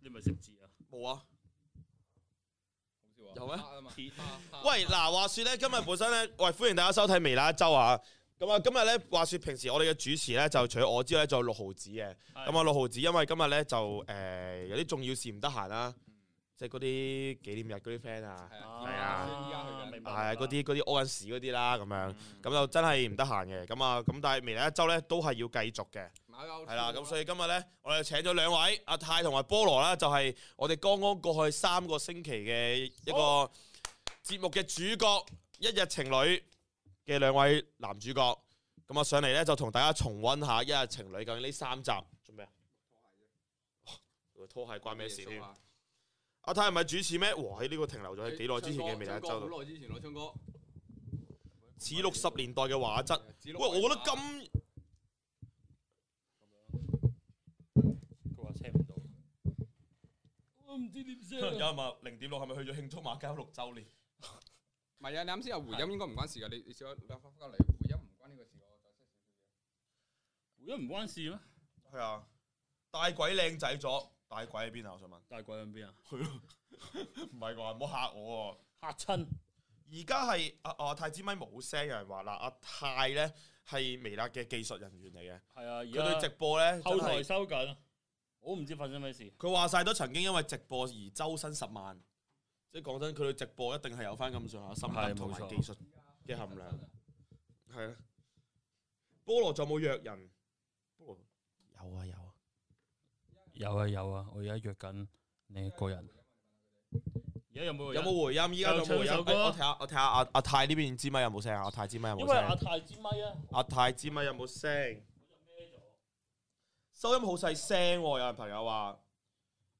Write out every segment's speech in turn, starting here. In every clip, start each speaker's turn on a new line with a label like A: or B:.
A: 你咪識字啊？
B: 冇啊。
C: 好似話
B: 有咩
C: 黑啊嘛
A: 鐵
C: 黑黑
B: 喂，嗱，話說咧，今日本身咧，喂，歡迎大家收睇微辣一周啊！咁啊，今日咧，話說平時我哋嘅主持咧，就除咗我之外咧，仲有六毫子嘅。咁啊，六毫子因為今日咧就誒、呃有啲重要事唔得閒啦，即係嗰啲紀念日嗰啲 friend 啊，
C: 係啊，
B: 係啊
C: 依家去緊
A: 明
B: 係
A: 白
B: 啊嗰啲嗰啲屙緊屎嗰啲啦，咁樣咁就真係唔得閒嘅。咁啊，咁但係微辣一周咧都係要繼續嘅。
C: 馬騮
B: 係啦，咁所以今日咧，我哋請咗兩位阿泰同埋菠蘿啦，就係、我哋剛剛過去三個星期嘅一個節目嘅主角，一日情侶嘅兩位男主角。咁啊上嚟咧就同大家重溫下一日情侶究竟呢三集做咩啊？哦拖鞋關咩事添？阿泰唔係主持咩？哇！喺呢個停留咗喺幾耐之前嘅未
C: 未
B: 來一周 度，
C: 好耐之前咯，昌哥。
B: 似六十年代嘅畫質。喂，
C: 似六
B: 我覺得
C: 十年代
B: 今
A: 佢話聽唔到。
C: 我唔知點寫
B: 有
C: 啊。
B: 人話零點六係咪去咗慶祝馬交六週年？
C: 唔係啊，你啱先有回音應該唔關事㗎，你你試下你翻返嚟，回音唔關呢個事，我再 set 少
A: 回
C: 少嘢。
A: 音唔關事咩？
B: 係啊，大鬼靚仔咗，大鬼喺邊啊？我想問，
A: 大鬼喺邊啊？
B: 唔係啩？唔好嚇我
A: 嚇親
B: 喎！而家係啊阿阿泰之咪冇聲，有人話嗱，阿泰咧係微辣嘅技術人員嚟嘅，
A: 係啊！
B: 佢
A: 而
B: 對
A: 家
B: 直播咧
A: 後
B: 真
A: 台
B: 係，
A: 收緊，我唔知發生咩事。
B: 佢話晒都曾經因為直播而周身十萬，即係講真，佢對直播一定係有翻咁上下心得
A: 嗯係
B: 同埋
A: 冇錯
B: 技術嘅含量。係啊，菠蘿仲有冇約人？菠蘿有啊有啊，
A: 有啊有啊，我而家約緊你一個人。而家有冇
B: 有冇回音？依家有冇
A: 又
B: 回音？
A: 唱首歌
B: 哎我睇下我睇下阿阿泰呢邊支咪有冇聲啊？阿泰支咪有
A: 因
B: 冇
A: 為
B: 聲？
A: 阿泰支咪啊，
B: 阿泰知咪有冇聲？
A: 孭咗。
B: 收音好細聲喎，有人朋友話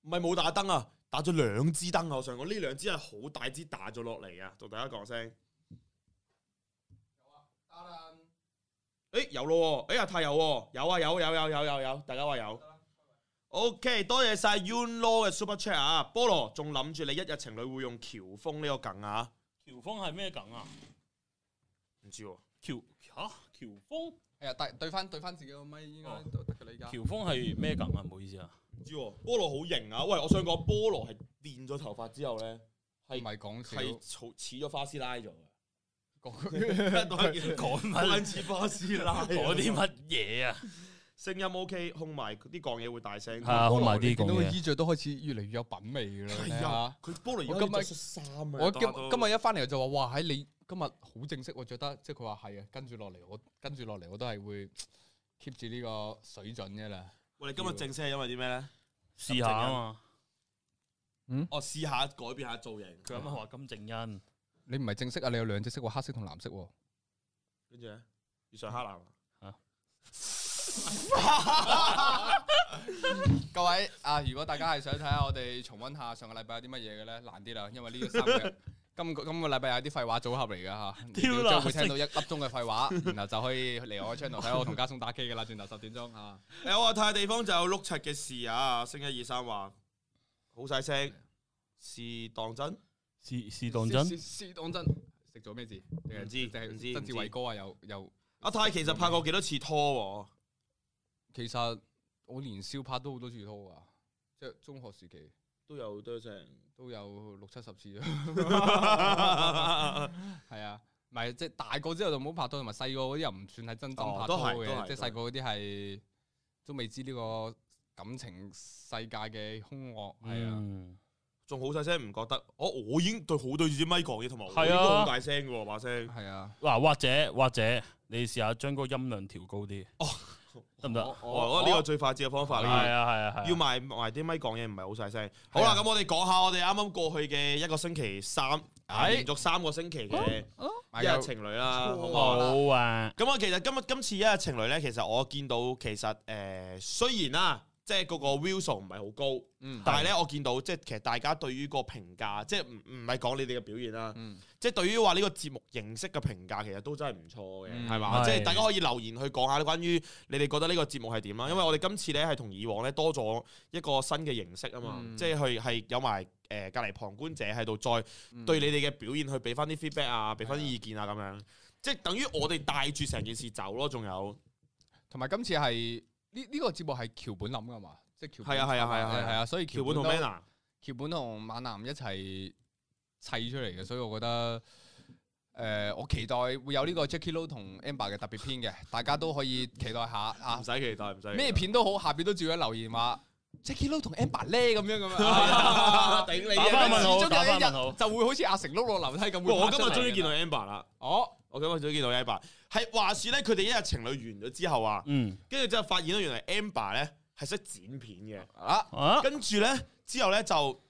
B: 唔係冇打燈啊，打咗兩支燈啊！我想講呢兩支係好大支打咗落嚟啊，同大家講聲。
C: 得啦，
B: 誒、有咯喎、誒阿泰有喎、有啊有有有有有有，大家話有。OK，多謝晒 Unlo 嘅 Super Chat 啊！菠蘿仲諗住你一日情侶會用喬峰呢個梗啊？
A: 喬峰係咩梗啊？
B: 唔知喎、
A: 喬嚇喬峰，
C: 係啊，對對翻對翻自己個咪應
B: 哦
C: 該都得㗎啦，依家。
A: 喬峰係咩梗啊？唔好意思啊。
B: 唔知喎、菠蘿好型啊！喂，我想講菠蘿係電咗頭髮之後咧，
C: 唔係講笑，
B: 係似似咗花師奶咗嘅。
C: 講
A: 講
B: 關
A: 乜
B: 似巴斯拉
A: 講啲乜嘢啊？
B: 聲音 OK，控埋啲講嘢會大聲啲。
A: 係啊，好埋啲
C: 見
A: 講
C: 到佢
A: 嘢。
C: 衣着都開始越嚟越有品味㗎啦。
B: 係
C: 係
B: 啊
C: 啊，，
B: 佢菠蘿而家
C: 我今日
B: 要着恤衫啊！
C: 我今
B: 打到
C: 今日一翻嚟就話：哇，喺你今日好正式喎，着得。即係佢話係啊，跟住落嚟我跟住落嚟我都係會 keep 住呢個水準㗎啦。
B: 喂，你今日正聲係因為啲咩咧？
A: 試下啊嘛。
B: 我試下改變下造型，
A: 佢啱啱話金正恩，
C: 你唔係正式啊，你有兩隻色喎，黑色同藍色喎。
B: 跟住咧要上黑藍。
C: 各位啊，如果大家係想睇下我哋重温下上個禮拜有啲乜嘢嘅咧，難啲啦，因為呢個三日今個今個禮拜有啲廢話組合嚟嘅嚇，你
A: 挑
C: 將會
A: 藍色
C: 聽到一粒鐘嘅廢話，然後就可以嚟我嘅 channel 睇我同家聰打機嘅啦，轉頭十點鐘嚇。
B: 誒，我話太地方就有碌柒嘅事啊！星一二三話好細聲，是當真？
A: 試試當真，
C: 是是當真，食咗咩字？定係
B: 唔知
C: 定係
B: 唔知
C: 曾志偉
B: 唔知
C: 哥啊，有有。
B: 阿泰其實拍過幾多次拖
C: 其實我年宵拍都好多次拖啊，即係中學時期
B: 喎？都有多成。
C: 都有六七十次啊。係啊，唔係即係大個之後就冇拍拖，同埋細個嗰啲又唔算係真心
B: 哦
C: 拍
B: 都
C: 拖
B: 係都
C: 嘅，
B: 係
C: 即係細個嗰啲係都未知呢個感情世界嘅兇惡，係啊，
A: 嗯，
B: 仲好細聲，唔覺得？我我已經對好對住支咪講嘢，同埋我
A: 係啊
B: 已經好大聲嘅喎把聲。
C: 係啊，
A: 嗱，或者或者你試下將嗰個音量調高啲，
B: 哦，
A: 得唔得？
B: 哦，呢個最快捷嘅方法
A: 係
B: 啦。
A: 啊係啊係啊，
B: 要埋埋啲咪講嘢唔係好細聲。好啦，
C: 係啊
B: 咁我哋講下我哋啱啱過去嘅一個星期三，啊
C: 係
B: 連續三個星期嘅
C: 買
B: 一日
C: 有
B: 情侶啦，好唔好啊？
A: 好啊，
B: 咁啊，其實今日今次一日情侶咧，其實我見到其實誒、呃，雖然啦，即係嗰個 view 數唔係好高，
C: 嗯
B: 但係咧我見到即係其實大家對於個評價，即係唔唔係講你哋嘅表現啦，
C: 嗯
B: 即係對於話呢個節目形式嘅評價，其實都真係唔錯嘅，
C: 嗯
B: 係嘛？
A: 係
B: 即係大家可以留言去講下關於你哋覺得呢個節目係點啊啦。因為我哋今次咧係同以往咧多咗一個新嘅形式啊嘛，
C: 嗯
B: 即係去係有埋誒隔離旁觀者喺度，再
C: 嗯
B: 對你哋嘅表現去俾翻啲 feedback 啊，俾翻啲
C: 係啊
B: 意見啊咁樣。即係等於我哋帶住成件事走咯，仲有
C: 同埋今次係呢呢個節目係橋本諗噶嘛，即係橋
B: 係啊係啊係啊係啊
C: 係啊，所以
B: 橋
C: 橋
B: 本同
C: 都
B: Manner
C: 橋本同馬南一齊砌出嚟嘅，所以我覺得誒、呃我期待會有呢個 Jackie Lou 同 Amber 嘅特別篇嘅，大家都可以期待下啊
B: 唔！使期待，唔使
C: 咩片 都好，下邊都照樣留言話 Jackie Lou 同 Amber 咧咁樣咁樣
B: 啊
C: 啊，
B: 頂你
A: 打
B: 啊
A: 返！問號
C: 始終有一
A: 打返問號
C: 日就會好似阿成碌落樓梯咁。
B: 喂，我今日
C: 終
B: 終於
C: 於
B: 見到 Amber 啦！
C: 哦，
B: 我今日終於見到 Amber。係話說咧，佢哋一日情侶完咗之後啊，
A: 嗯
B: 跟住之後發現咧，原來 Amber 咧係識剪片嘅。
C: 啊
A: 啊，
B: 跟住咧之後咧就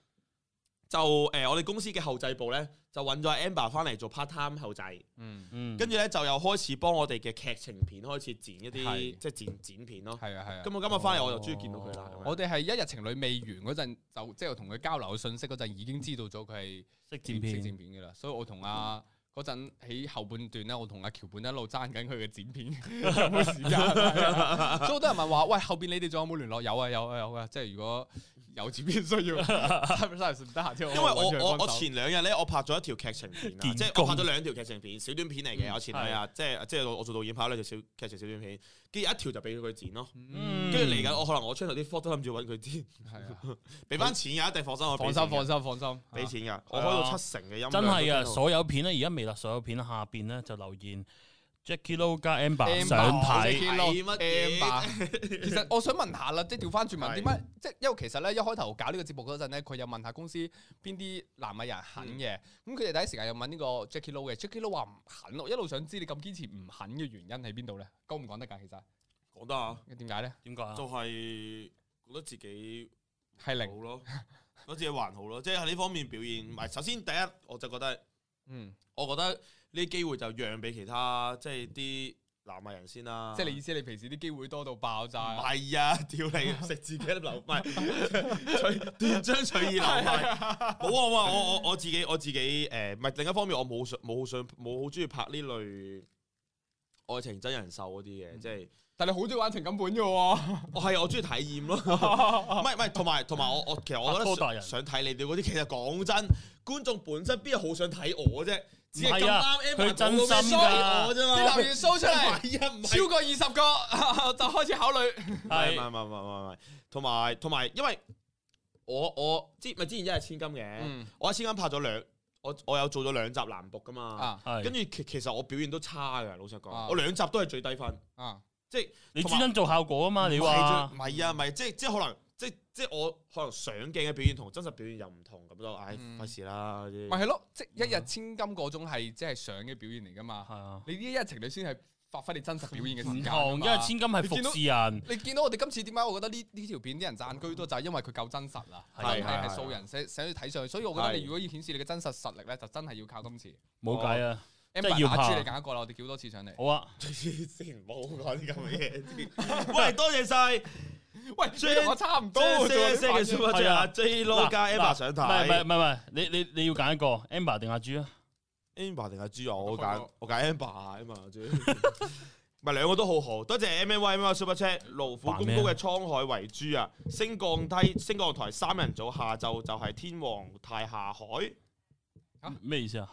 B: 就誒、呃我哋公司嘅後製部咧就揾咗阿 Amber 翻嚟做 part time 後製，
C: 嗯，
A: 嗯，
B: 跟住咧就又開始幫我哋嘅劇情片開始剪一啲
C: 係
B: 即係剪剪片咯。
C: 係啊係啊
B: 咁。我今日翻嚟我就終於見到佢啦。咁樣
C: 我哋係一日情侶未完嗰陣，就即係同佢交流信息嗰陣，已經知道咗佢係。
A: 識剪片，
C: 剪片嘅啦，所以我同阿嗰陣喺後半段咧，我同阿橋本一路爭緊佢嘅剪片 有冇時間，係啊所以好多人問話，喂後邊你哋仲有冇聯絡？有啊有啊有啊，即係如果有剪片需要， 真係唔得閒
B: 因為我我我前兩日咧，我拍咗一條劇情片啊，
A: 見
B: 即係我
A: 工
B: 拍咗兩條劇情片，小短片嚟嘅。我前兩日即係即係我我做導演拍咗兩條小劇情小短片，跟住一條就俾佢剪咯。
A: 嗯
B: 跟住嚟緊，我可能我 channel 啲 f o 都諗住揾佢剪，
C: 係啊，
B: 俾翻錢㗎，一定放心我俾
C: 放
B: 錢
C: 心
B: 㗎。
C: 放心放心，
B: 俾錢㗎，我
A: 係
B: 開
A: 啊
B: 到七成嘅音量都
A: 真係啊！
B: 聽到
A: 所有片咧，而家微辣所有片下邊咧就留言 Jackie Lou 加 Amber
C: Amber，
A: 想睇，
B: 睇乜嘢
C: Amber 其實我想問下啦，即係調翻轉
B: 係
C: 問點解？即係因為其實咧一開頭搞呢個節目嗰陣咧，佢又問下公司邊啲男藝人肯嘅，
B: 嗯
C: 咁佢哋第一時間又問呢個 Jackie Lou 嘅，Jackie Lou 話唔肯，我一路想知你咁堅持唔肯嘅原因喺邊度咧？講唔講得㗎？其實
B: 講得啊，
C: 點解咧？
A: 點解啊？
B: 就係覺得自己
C: 係
B: 好
C: 零，
B: 咯，覺得自己還好咯，即係喺呢方面表現。唔係，首先第一我就覺得，
C: 嗯，
B: 我覺得呢啲機會就讓俾其他即係啲南亞人先啦。
C: 即係你意思係你平時啲機會多到爆
B: 啊唔
C: 炸，
B: 係啊，屌 你食自己粒流，唔係 隨斷章取義流派。冇啊，我話我我我自己我自己誒，唔係另一方面，我冇想冇好想冇好中意拍呢類愛情真人秀嗰啲
A: 嗯
B: 嘅，即係。
C: 但係你好中意玩情感本嘅喎，
B: 我係啊我中意體 驗咯，唔係唔係，同埋同埋我我其實我覺
A: 拍拖
B: 得
A: 達
B: 想
A: 人
B: 想睇你哋嗰啲，其實講真，觀眾本身邊有好想睇我啫，只係咁
A: 唔係啊
B: 啱 Emma
A: 佢真心㗎
B: 冇咩 sorry 我啫嘛，
C: 啲留言 show 出嚟，
B: 唔係啊，唔係
C: 超過二十個 就開始考慮，
B: 唔係唔係
A: 係
B: 唔係唔係唔係，同埋同埋，因為我我之咪之前一係千金嘅，
C: 嗯
B: 我一千金拍咗兩，我我有做咗兩集男僕噶嘛，
C: 啊
A: 係
B: 跟，住其其實我表現都差嘅，老實
C: 啊
B: 講，我兩集都係最低分。
C: 啊，
A: 你專登做效果啊嘛？你話
B: 唔係啊，唔係即係即係可能即係即係我可能上鏡嘅表現同真實表現又唔同咁咯，唉
C: 嗯
B: 費事啦啲
C: 咪係咯，即係一日千金嗰種係即係相嘅表現嚟㗎嘛。
A: 係啊，
C: 你呢一日情侶先係發揮你真實表現嘅
A: 唔
C: 時間啊
A: 同，因
C: 嘛
A: 為千金係服侍人，
C: 你見到我哋今次點解我覺得呢呢條片啲人讚居多，就係因為佢夠真實啦，
A: 係
C: 真係
B: 係
C: 係素人寫寫去睇上去，所以我覺得
B: 係
C: 你如果要顯示你嘅真實實力咧，就真係要靠今次。
A: 冇計啊！真係
C: Amber
A: 要
C: 打
A: 拍
C: 住你揀一個啦，我哋叫多次上嚟。
A: 好啊，
B: 先唔好講啲咁嘅嘢。喂，多 謝晒
C: 喂，
B: J-
C: 我差唔多
B: 多謝
C: 喎
B: 謝嘅
C: 啫
B: super
A: 係
B: chat
A: 啊
B: 啊，J Lo 加
A: 嗱
B: Emma 上
A: 唔係唔係唔
B: 台
A: 係唔係，你你你要揀一個 Amber 定阿朱啊？
B: ，Emma 定係豬啊？我
C: 我放
B: 揀
C: 過
B: 我揀 Emma 啊，Emma 豬。 唔係兩個都好好，多謝 M M Y M M Super Chat，勞苦功
A: 扮咩
B: 高嘅
A: 啊
B: 滄海遺珠啊！升降梯、升降台三人組，下晝就係天皇太下海。
C: 啊
A: 咩意思啊？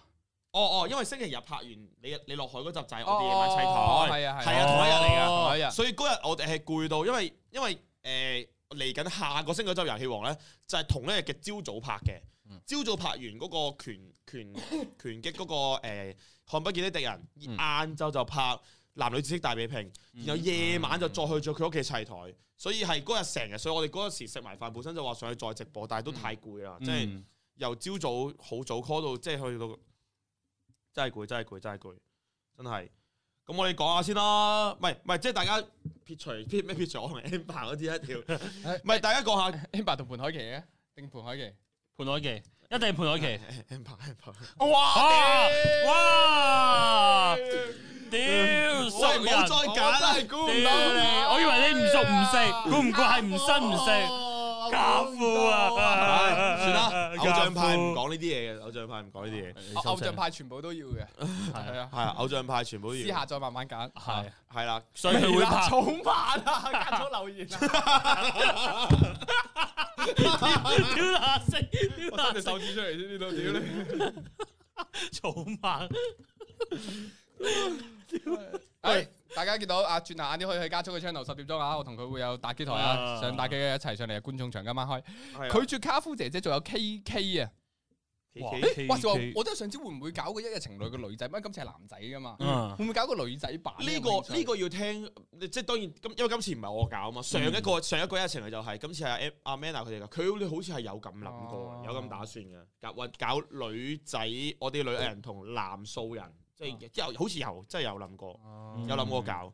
B: 哦哦，因為星期日拍完你你落海嗰集就係
C: 哦
B: 我哋夜晚砌台，
C: 係啊
B: 係
C: 係
B: 啊，同一日嚟㗎。
A: 哦
C: 同一日。
B: 所以嗰日我哋係攰到，因為因為誒嚟緊下個星期嗰集遊戲王咧，就係同一日嘅朝早拍嘅
C: 嗯。
B: 朝早拍完嗰個拳拳拳擊嗰、個誒、呃、看不見的敵人，
C: 嗯
B: 晏晝就拍男女知識大比拼，然後夜晚就再去咗佢屋企砌台，所以係嗰日成日。所以我哋嗰時食埋飯，本身就話上去再直播，但係都太攰啦，即係、
A: 嗯
B: 由朝早好早 call 到，即係去到真係攰，真係攰，真係攰，真係。咁我哋講下先啦，唔係唔係，即係大家撇除 撇咩撇除我同 Amber 嗰啲一條， 唔係大家講下
C: Amber 同盤海琪嘅，定盤海琪？
A: 盤海琪，一定係盤海 琪。
B: Amber Amber。
A: 哇哇！屌，
B: 喂
A: 熟
B: 唔
A: 人
B: 好再揀啦，
A: 屌你！我以為你唔熟唔
C: 哦
A: 食，估唔怪係唔新唔食。假富
C: 哦
A: 啊！
B: 唉 算啦，偶像派唔講呢啲嘢嘅，偶像派唔講呢啲嘢，
C: 我偶像派全部都要嘅，係啊，
B: 係啊，偶像派全部都
C: 私
B: 要，
C: 下再慢慢揀。
A: 係，啊
B: 係啦，
A: 所以佢會拍。
C: 草蜢 啊，加咗留言啊。
A: 屌乸聲，屌
C: 伸
A: 乸
C: 隻手指出嚟先，呢度屌
A: 草
C: 你！
A: 蜢。
C: 喂，哎大家見到啊，轉頭晏啲可以去加速嘅 channel 十點鐘啊，我同佢會有打機台啊，
B: 啊
C: 上打機嘅一齊上嚟嘅觀眾場今晚開。
B: 佢
C: 拒絕卡夫姐姐，仲有 K K 啊！
A: 哇
C: 誒話時話我真係想知會唔會搞個一日情侶嘅女仔，乜今次係男仔噶嘛？
A: 嗯
C: 會唔會搞個女仔版
B: 呢個呢個要聽，即係當然今因為今次唔係我搞啊嘛，上一個上一個一程嚟就係今次係阿 M- 阿 Manna 佢哋㗎，佢哋好似係有咁諗過
C: 哦，
B: 有咁打算嘅，搞搞女仔，我哋女藝人同男素人，即係有好似有真係有諗過，
A: 嗯
B: 有諗過搞。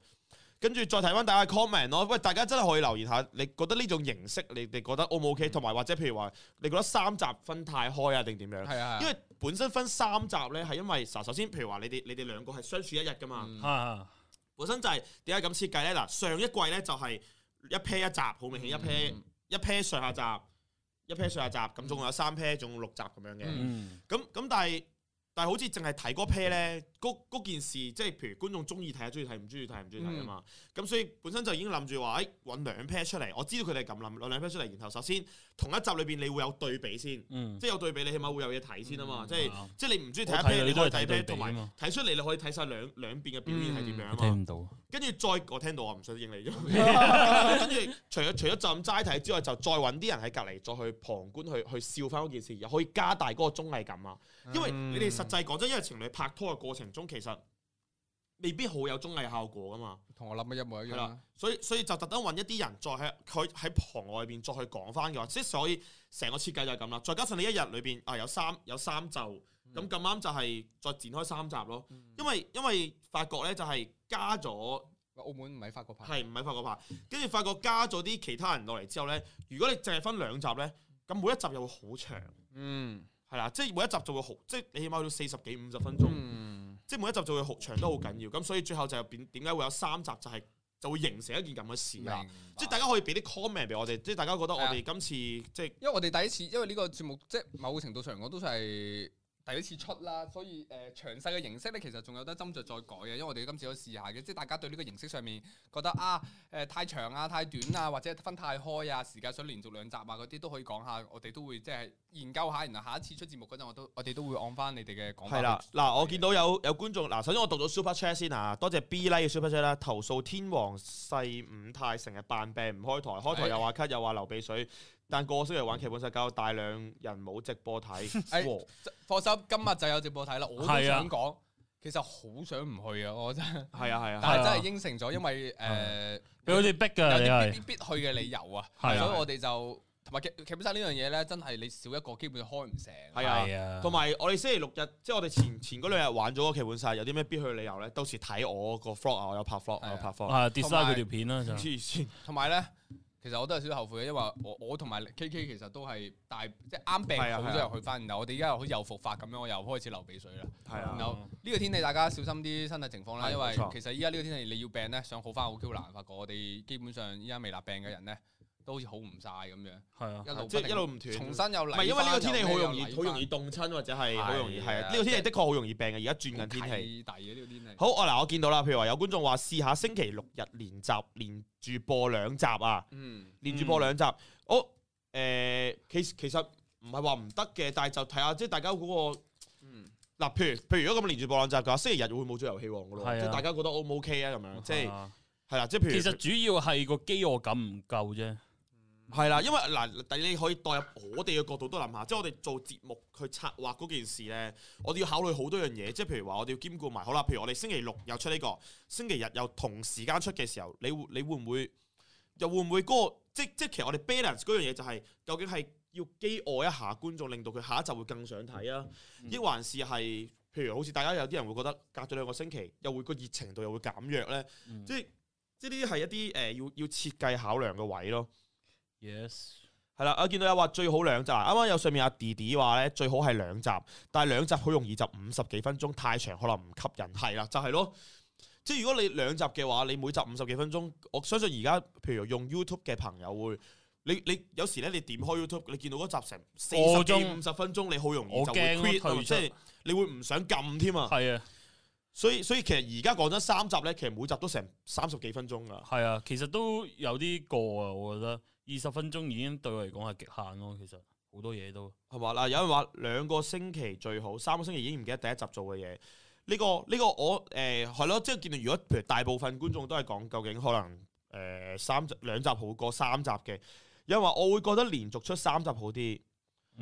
B: 跟住再睇翻大家 comment 咯，喂，大家真係可以留言下，你覺得呢種形式你哋覺得 O 唔 OK？同埋或者譬如話，你覺得三集分太開啊，定點樣？
C: 係啊，
B: 因為本身分三集咧，係因為嗱，首先譬如話你哋你哋兩個係相處一日噶嘛。
C: 嗯
A: 啊
B: 本身就係點解咁設計咧？嗱，上一季咧就係一 pair 一集，好明顯一 pair、
C: 嗯
B: 一 pair 上下集，一 pair 上下集，咁仲有三 pair，仲有六集咁樣嘅。咁
A: 嗯
B: 咁、但係但係好似淨係睇嗰 pair 咧，嗰嗰件事即係譬如觀眾中意睇啊，中意睇唔中意睇唔中意睇啊嘛。
A: 嗯
B: 咁、所以本身就已經諗住話，誒揾兩 pair 出嚟，我知道佢哋係咁諗，揾兩 pair 出嚟，然後首先同一集裏邊你會有對比先，
A: 嗯，
B: 即係有對比你起碼會有嘢睇先啊嘛。
C: 嗯
B: 即係
A: 啱
B: 即係你唔中意
A: 我睇
B: 睇一
A: 啊
B: pair，你
A: 你都
B: 可以
A: 係睇
B: 睇
A: 對
B: pair，
A: 比
B: 同埋
A: 啊嘛
B: 睇出嚟你可以睇晒兩兩邊嘅表現係點樣啊
A: 我
B: 嘛。
A: 聽唔到。
B: 跟住再我聽到啊，唔想應你咗。 跟住除咗除咗就咁齋睇之外，就再揾啲人喺隔離，再去旁觀去去笑翻嗰件事，又可以加大嗰個綜藝感啊。
C: 嗯
B: 因為你哋實際講真，因為情侶拍拖嘅過程中，其實未必好有綜藝效果噶嘛。
C: 嗯同我諗嘅一模一樣
B: 係
C: 啦。
B: 所以所以就特登揾一啲人再喺佢喺旁外邊再去講翻嘅話，即係所以成個設計就係咁啦。再加上你一日裏邊啊有三有三就咁咁啱就係再展開三集咯。因為因為發覺咧就係加咗。
C: 澳門唔係法國拍，
B: 係唔係法國拍？跟住發覺加咗啲其他人落嚟之後咧，如果你淨係分兩集咧，咁每一集又會好長，
C: 嗯
B: 係啦，即係每一集就會好，即係你起碼要四十幾五十分鐘，
C: 嗯
B: 即係每一集就會好長得好緊要。咁所以最後就變點解會有三集就係、就會形成一件咁嘅事啦。即係大
C: 家，
B: 家可以俾啲 comment 俾我哋，即係大家覺得我哋今次即係
C: 因為我哋第一次，因為呢個節目即係某程度上嚟講都係。第一次出啦，所以誒、呃、詳細嘅形式咧，其實仲有得斟酌再改嘅，因為我哋今次都試下嘅，即係大家對呢個形式上面覺得啊誒、呃太長啊、太短啊，或者分太開啊，時間想連續兩集啊嗰啲都可以講下，我哋都會即係研究下，然後下一次出節目嗰陣，我都我哋都會按翻你哋嘅講法。
B: 係啦，嗱，我見到有有觀眾嗱，首先我讀咗 super chat 先啊，多謝 B 啦嘅 super chat 啦，投訴天王世五太成日扮病唔開台，開
C: 哎
B: 台又話咳又話流鼻水，但個個星期玩劇本殺搞到大量人冇直播睇，
C: 哎
B: 哇
C: 放心，今日就有直播睇啦，我都
A: 係啊
C: 想講，其實好想唔去啊，我真係。
B: 係啊係啊，
C: 但係真係應承咗，因為誒
A: 俾佢哋逼㗎，
C: 有
A: 你
C: 啲
A: 係
C: 必必必去嘅理由啊，所
A: 係
C: 以
A: 啊
C: 我哋就同埋劇劇本殺呢樣嘢咧，真係你少一個基本開唔成。
B: 係啊
A: 係啊，
B: 同埋我哋星期六日，即係我哋前前嗰兩日玩咗個劇本殺，有啲咩必去理由咧？到時睇我個 vlog 啊，我有拍 vlog，我有拍 vlog，
A: 啊 design
C: 埋
A: 佢條片啦就
B: 黐線，
C: 同埋咧，其實我都有少少後悔嘅，因為我我同埋 K K 其實都係大即係啱病
B: 係啊係啊
C: 好咗又去翻，然後我哋而家又好似又復發咁樣，我又開始流鼻水啦。
B: 係
C: 然
B: 啊，
C: 後呢個天氣大家小心啲身體情況啦，
B: 係
C: 因為
B: 冇錯
C: 其實依家呢個天氣你要病咧，想好翻好 Q 難。發覺我哋基本上依家未立病嘅人咧，都好似好唔晒咁樣，
A: 係啊
C: 一路
B: 即
C: 不
B: 係
C: 停
B: 一路唔斷，
C: 重新又嚟
B: 唔
C: 翻。
B: 係因為呢個天氣好
C: 又咩
B: 容
C: 又
B: 易
C: 嚟
B: 好
C: 翻
B: 容易凍親或者係好容易係
C: 係
B: 啊，
C: 啊
B: 呢個天氣的確好容易病嘅，而家轉緊天氣。
C: 契弟嘅呢個天氣。
B: 好，我嗱，我見到啦，譬如話有觀眾話試下星期六日連集連住播兩集啊，
C: 嗯，
B: 連住播兩集，我誒、呃其其實唔係話唔得嘅，但係就睇下即係大家嗰、個
C: 嗯，
B: 嗱，譬如譬如如果咁連住播兩集嘅話，星期日會冇咗遊戲王嘅咯，
A: 係啊
B: 即係大家覺得 O 唔 OK 啊咁樣，即係
A: 啊
B: 係啦，即係譬如
A: 其實主要係個飢餓感唔夠啫，
B: 係啦，因為嗱，但你可以代入我哋嘅角度都諗下，即係我哋做節目去策劃嗰件事咧，我哋要考慮好多樣嘢，即係譬如話我哋要兼顧埋，好啦，譬如我哋星期六又出呢、個，星期日又同時間出嘅時候，你會你會唔會又會唔會嗰、個即即其實我哋 balance 嗰樣嘢就係、究竟係要飢餓一下觀眾，令到佢下一集會更想睇啊，
A: 嗯
B: 抑還是係譬如好似大家有啲人會覺得隔咗兩個星期，又會個熱情度又會減弱咧，
A: 嗯
B: 即係即係呢啲係一啲誒、呃要要設計考量嘅位咯。
A: ，yes，
B: 係啦，啊我見到有話最好兩集，啱啱有上面阿弟弟話咧最好係兩集，但係兩集好容易就五十幾分鐘，太長可能唔吸引。係啦，就係、咯，即係如果你兩集嘅話，你每集五十幾分鐘，我相信而家譬如用 YouTube 嘅朋友會，你你有時咧你點開 YouTube，你見到嗰集成四十
A: 個
B: 幾
A: 鐘
B: 五十分鐘，你好容易
A: 我
B: 就
A: 驚
B: 會
A: 咯
B: quit 啊
A: 退出
B: 即係你會唔想撳添啊。
A: 係啊，
B: 所以所以其實而家講真三集咧，其實每集都成三十幾分鐘㗎。
A: 係啊，其實都有啲過啊，我覺得二十分鐘已經對我嚟講係極限咯，其實好多嘢都
B: 係嘛嗱？有人話兩個星期最好，三個星期已經唔記得第一集做嘅嘢。呢個呢個我誒係咯，即係見到如果譬如大部分觀眾都係講究竟可能誒三集兩集好過三集嘅，因為我會覺得連續出三集好啲。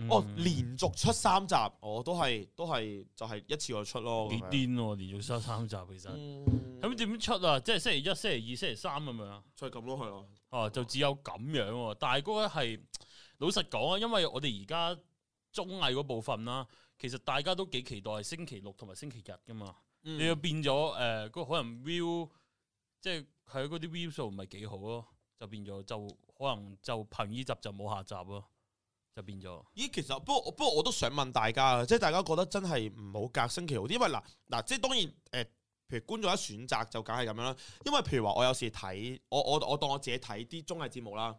B: 哦，
A: 嗯
B: 連續出三集，我都係都係就係一次過出咯。
A: 幾
B: 咁樣
A: 癲喎，連續收三集其實。
B: 嗯
A: 咁點出啊？即係星期一、星期二、星期三咁樣啊？
B: 就係咁咯，係咯。
A: 哦，就只有咁樣喎、但係嗰個係老實講啊，因為我哋而家綜藝嗰部分啦，其實大家都幾期待星期六同埋星期日噶嘛。
B: 嗯
A: 你又變咗誒，嗰、可能 view 即係佢嗰啲 view 數唔係幾好咯，就變咗就可能就憑呢集就冇下集咯，就變咗。
B: 咦，其實不過不過我都想問大家啊，即係大家覺得真係唔好隔星期好啲，因為嗱嗱，即係當然誒、呃譬如觀眾一選擇就梗係咁樣啦。因為譬如話我有時睇，我我我當我自己睇啲綜藝節目啦。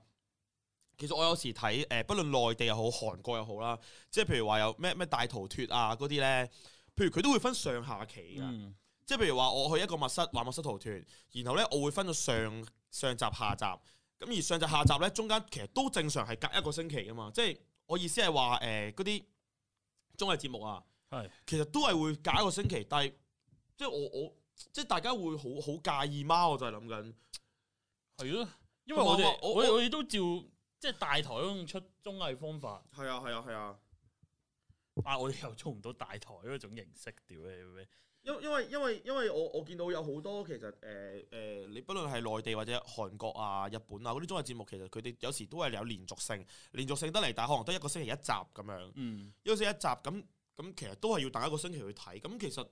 B: 其實我有時睇誒、呃，不論內地又好，韓國又好啦，即係譬如話有咩咩大逃脱啊嗰啲咧，譬如佢都會分上下期㗎。
A: 嗯，
B: 即係譬啊如話我去一個密室玩密室逃脱，然後咧我會分咗上上集下集，咁而上集下集咧中間其實都正常係隔一個星期噶嘛，即係我意思係話誒嗰啲綜藝節目啊，
A: 係
B: 其實都係會隔一個星期，但係即係我我即係大家會好好介意嗎？我就係諗緊，
A: 係咯，因為我哋
B: 我
A: 我
B: 我
A: 我哋都照即係大台嗰種出綜藝方法，
B: 係啊係啊係啊，
A: 但係我哋又做唔到大台嗰種形式，屌你咩？
B: 因因為因為因為我我見到有好多其實誒誒、你不論係內地或者韓國啊、日本啊嗰啲綜藝節目，其實佢哋有時都係有連續性，連續性得嚟，但係可能得一個星期一集咁樣。
A: 嗯，
B: 休息一集咁咁，其實都係要等一個星期去睇。咁其實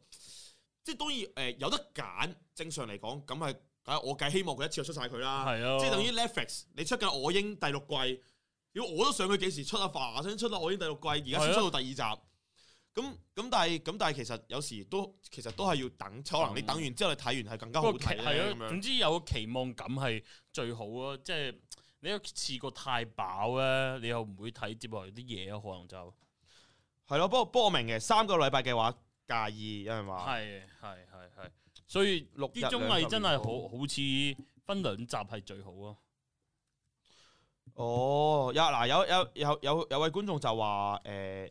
B: 即係當然誒、呃有得揀，正常嚟講咁係，梗係我梗係希望佢一次就出晒佢啦。
A: 嗯係啊咯，
B: 啊即係等於 Netflix 你出緊《我英》第六季，如果我都想佢幾時出啊，嗱聲出啦，《我英》第六季，而家
A: 係
B: 先
A: 啊
B: 出到第二集。咁咁但係咁但係其實有時都其實都係要等，可
A: 嗯
B: 能你等完之後你睇完係更加好
A: 嗰個期
B: 睇
A: 係
B: 啊
A: 啊
B: 咧咁
A: 咯，
B: 樣。
A: 總之有個期望感係最好咯。即係你一次過太飽咧，你又唔會睇接落嚟啲嘢咯，可能就
B: 係咯，不過不過我明嘅，三個禮拜嘅話介意，有人話
A: 係係係係，所以
B: 六日
A: 啲綜藝真係
B: 兩集
A: 好好似分兩集係最好咯。
B: 哦，有嗱有有有有有位觀眾就話誒、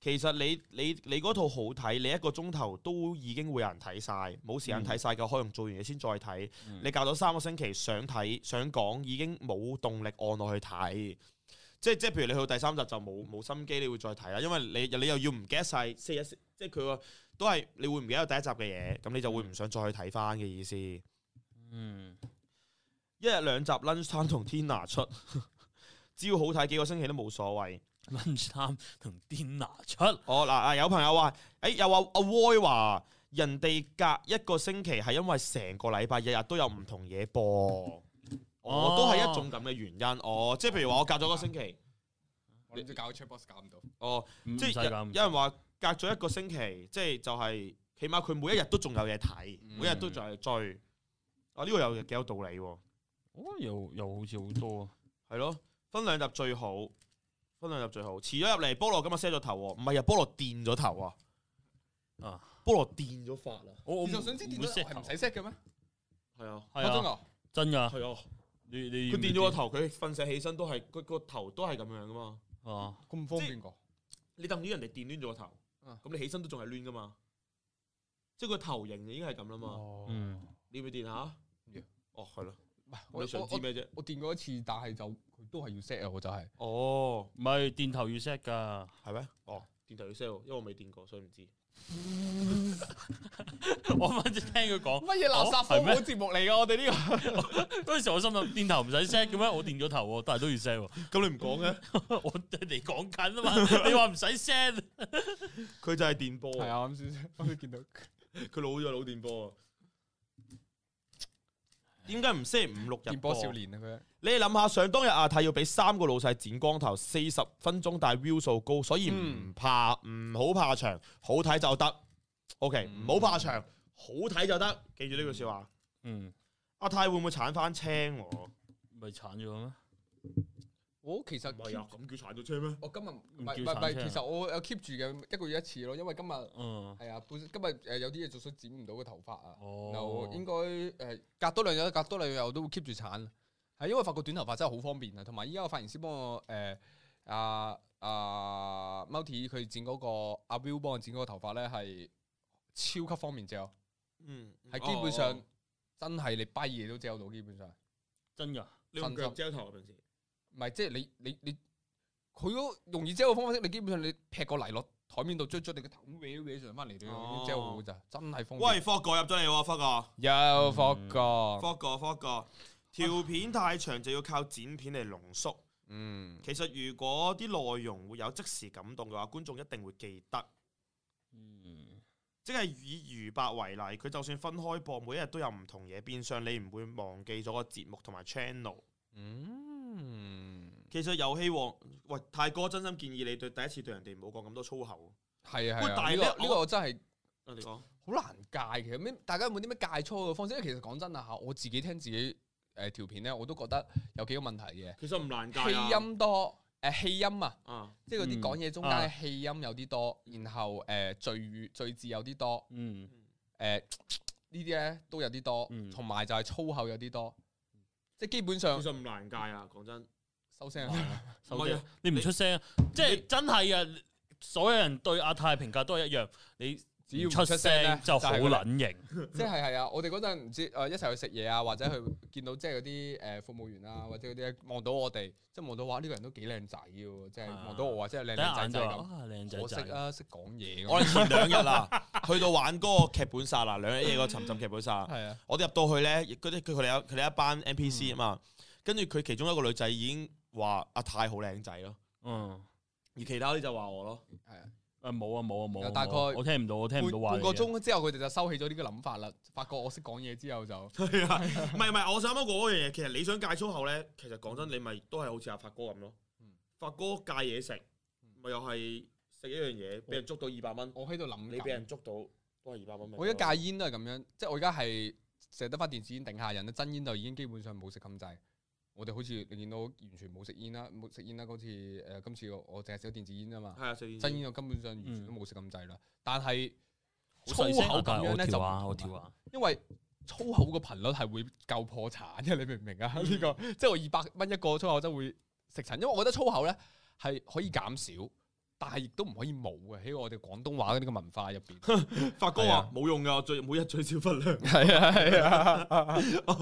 B: 其實你你你嗰套好睇，你一個鐘頭都已經會有人睇晒，冇時間睇晒嘅，可能做完嘢先再睇。
A: 嗯
B: 你教咗三個星期，想睇想講已經冇動力按落去睇。即係即係，譬如你去到第三集就冇冇心機，你會再睇啦，因為你你又要唔記得晒，四一四即係佢個都係你會唔記得第一集嘅嘢，咁你就會唔想再去睇翻嘅意思。
A: 嗯，
B: 一日兩集 lunch time 同 Tina 出， 只要好睇幾個星期都冇所謂。
A: lunch time 同 dinner 出，
B: 哦嗱啊，有朋友話，誒、又話阿 Roy 話人哋隔一個星期係因為成個禮拜日日都有唔同嘢播，哦，
A: 哦
B: 都係一種咁嘅原因。哦，即係譬如話我隔咗個星期，
C: 我諗住搞 check box 搞唔到，
B: 哦，
A: 嗯唔
B: 即
A: 使
B: 係有
A: 咁。
B: 有人話隔咗一個星期，即係就係、起碼佢每一日都仲有嘢睇，
C: 嗯
B: 每一日都仲有嘢追。啊，呢、個有幾有道理喎。
A: 哦，又又好似好多啊。
B: 係咯，分兩集最好，分兩集最好。遲咗入嚟，菠蘿今日 set 咗頭喎，唔係啊，菠蘿電咗頭啊，
A: 啊，
B: 菠蘿電咗髮啊，
A: 我我唔
C: 你就想知點
A: 唔會
C: 解
A: set
C: 係唔使 set 嘅咩？
B: 係啊，
A: 頭係
C: 真
A: 啊，
C: 噶，
A: 真㗎。
B: 係啊，
A: 你你
B: 佢電咗個頭，佢瞓醒起身都係個個頭都係咁樣噶嘛，
A: 頭啊？
C: 咁方便個。
B: 你等於人哋電攣咗個頭，
C: 啊
B: 咁你起身都仲係攣噶嘛，即係個頭型就已經係咁啦嘛，
C: 哦
A: 嗯，
B: 你要唔要電下
C: 要？
B: 哦，係咯，
C: 唔係我
B: 你想
C: 我
B: 知
C: 我
B: 咩啫？
C: 我電過一次，但係就佢都係要 set 啊，我就係。
B: 哦，
A: 唔係電頭要 set 㗎。
B: 係咩？哦，電頭要 sell，因為我未電過，所以唔知。
A: 我反正聽佢
B: 哦
A: 講。
C: 乜嘢垃圾
A: 係
C: 科
A: 咩
C: 普節目嚟噶？我哋呢個
A: 嗰陣時我心諗電頭唔使 set 嘅咩？我電咗頭喎，但係都要 set 喎。
B: 咁你唔講 嘅，
A: 我你講緊啊嘛，你話唔使 set，
B: 佢就係電波，
C: 係啊，啱先我都見到。
B: 佢老咗老電波啊。點解唔星期五六日
C: 電波少年啊，佢
B: 你諗下，想當日阿泰要俾三個老細剪光頭，四十分鐘，但係 view 數高，所以唔
C: 嗯
B: 怕，唔好怕長，好睇就得。OK，
C: 嗯
B: 唔好怕長，好睇就得。記住呢句說話。
A: 嗯，
B: 阿泰會唔會鏟翻青我？
A: 咪鏟咗咩？
C: 我其實 keep
B: 啊咁叫鏟咗青咩？
C: 我今日唔
A: 啊叫
C: 係唔係唔
A: 橙青
C: 係，
A: 啊
C: 其實我有 keep 住嘅，一個月一次咯，因為今日
A: 嗯，
C: 係啊，本身今日誒有啲嘢做，所以剪唔到個頭髮啊。
A: 哦
C: 然後應該誒隔多兩日，隔多兩日我都會 keep 住鏟，係因為發覺短頭髮真係好方便啊，同埋依家個髮型師幫我呃誒啊啊 Multi 佢剪嗰個阿 Will 幫我剪嗰個頭髮咧係超級方便 gel，
B: 嗯，
C: 係基本上
A: 哦
C: 真係你跛嘢都 gel 到，基本上
A: 真噶，
B: 你用腳膠頭啊平時，
C: 唔係即係你你你佢嗰個容易 gel 嘅方式，你基本上你劈個泥落台面度，捽捽你個頭歪歪上翻嚟，你
B: 哦
C: gel 好咋，真係方
B: 喂
C: 便。
B: ，Fog 哥入咗嚟喎，Fog 哥
C: 有霍哥，
B: ，Fog 哥，Fog 哥，條片太長就要靠剪片嚟濃縮。
C: 嗯，
B: 其實如果啲內容會有即時感動嘅話，觀眾一定會記得。
A: 嗯，
B: 即係以魚白為例，佢就算分開播，每一日都有唔同嘢，變相你唔會忘記咗個節目同埋 channel。
C: 嗯，
B: 其實遊戲王，喂，泰哥真心建議你對第一次對人哋唔好講咁多粗口。
C: 係啊
B: 喂
C: 係
B: 但
C: 啊，
B: 係
C: 呢
B: 咧
C: 個呢個我真係。
B: 啊，你講，
C: 好難戒其實咩？大家有冇啲咩戒粗嘅方式？因為其實講真啊，嚇我自己聽自己誒條片咧，我都覺得有幾個問題嘅。
B: 其實唔難
C: 氣音多，誒氣音啊，
B: 啊，
C: 即係嗰啲
A: 嗯
C: 講嘢中間
A: 啊
C: 嘅氣音有啲多，然後誒贅語贅字有啲多，
A: 嗯，
C: 誒呃呢啲咧都有啲多
A: 嗯，
C: 同埋就係粗口有啲多，即係基本上
B: 實唔難戒啊，講真。
C: 收聲
A: 係
C: 啊。
A: 啊
B: 唔
A: 手
B: 係
A: 機
B: 啊
A: 你唔出聲，即係真係啊！所有人對阿泰評價都係一樣，你
C: 只要唔
A: 唔
C: 出
A: 出
C: 聲咧
A: 聲就好
C: 就係佢哋
A: 撚型。
C: 即係係啊！我哋嗰陣唔知誒、呃一齊去食嘢啊，或者去 見到即係嗰啲誒服務員啊，或者嗰啲望到我哋，即係望到話呢個人都幾靚仔喎，即係
A: 啊
C: 望到我話即係靚
A: 第一眼
C: 靚
A: 就
C: 仔
A: 話
C: 仔咁。
A: 啊靚仔
C: 可惜
A: 仔，
C: 啊，識講嘢咁。
B: 我哋前兩日啦， 去到玩嗰個劇本殺啦，兩日嘢個沉浸劇本殺。
C: 係啊，
B: 我哋入到去咧，嗰啲佢佢哋有佢哋一班 NPC 啊嘛，跟住佢其中一個女仔已經話阿泰好靚仔咯，
A: 嗯，
B: 而其他啲就話我 咯。
C: 係啊，
A: 啊冇啊冇啊冇啊，
C: 有大
A: 冇啊
C: 概
A: 我聽唔到，我聽唔
C: 半
A: 到話
C: 半
A: 你啊
C: 個
A: 嘅。
C: 鐘之後，佢哋就收起咗呢個諗法啦。發覺我識講嘢之後就
B: 係啊，唔係唔係，我想講嗰樣嘢，其實你想戒粗口咧，其實講真，你咪都係好似阿發哥咁咯
C: 嗯。
B: 發哥戒嘢食，咪又係食一樣嘢，俾人捉到二百蚊，
C: 我喺度諗
B: 你俾
C: 緊。
B: 人捉到都係二百蚊。
C: 我而家戒煙都係咁樣，即係我而家係食得翻電子煙頂下人啦，真煙就已經基本上冇食咁滯。我哋好似你見到完全冇食煙啦，冇食煙啦。嗰次誒今次我我淨係食咗電子煙啊嘛，
B: 係啊，食
C: 真煙我根本上完全都冇食咁滯啦。但係粗
A: 好細聲啊
C: 口
A: 但
C: 咁
A: 係
C: 樣
A: 我
C: 咧就
A: 跳
C: 唔
A: 啊，我
C: 同
A: 跳
C: 啦
A: 啊，
C: 因為粗口個頻率係會夠破產嘅，你明唔明啊？呢、個即係我二百蚊一個粗口真會食塵，因為我覺得粗口咧係可以減少，但係亦都唔可以冇嘅喺我哋廣東話嘅呢個文化入邊。
B: 發哥
C: 係
B: 話
C: 啊
B: 冇用㗎，我最每日最少分量。
C: 係啊係啊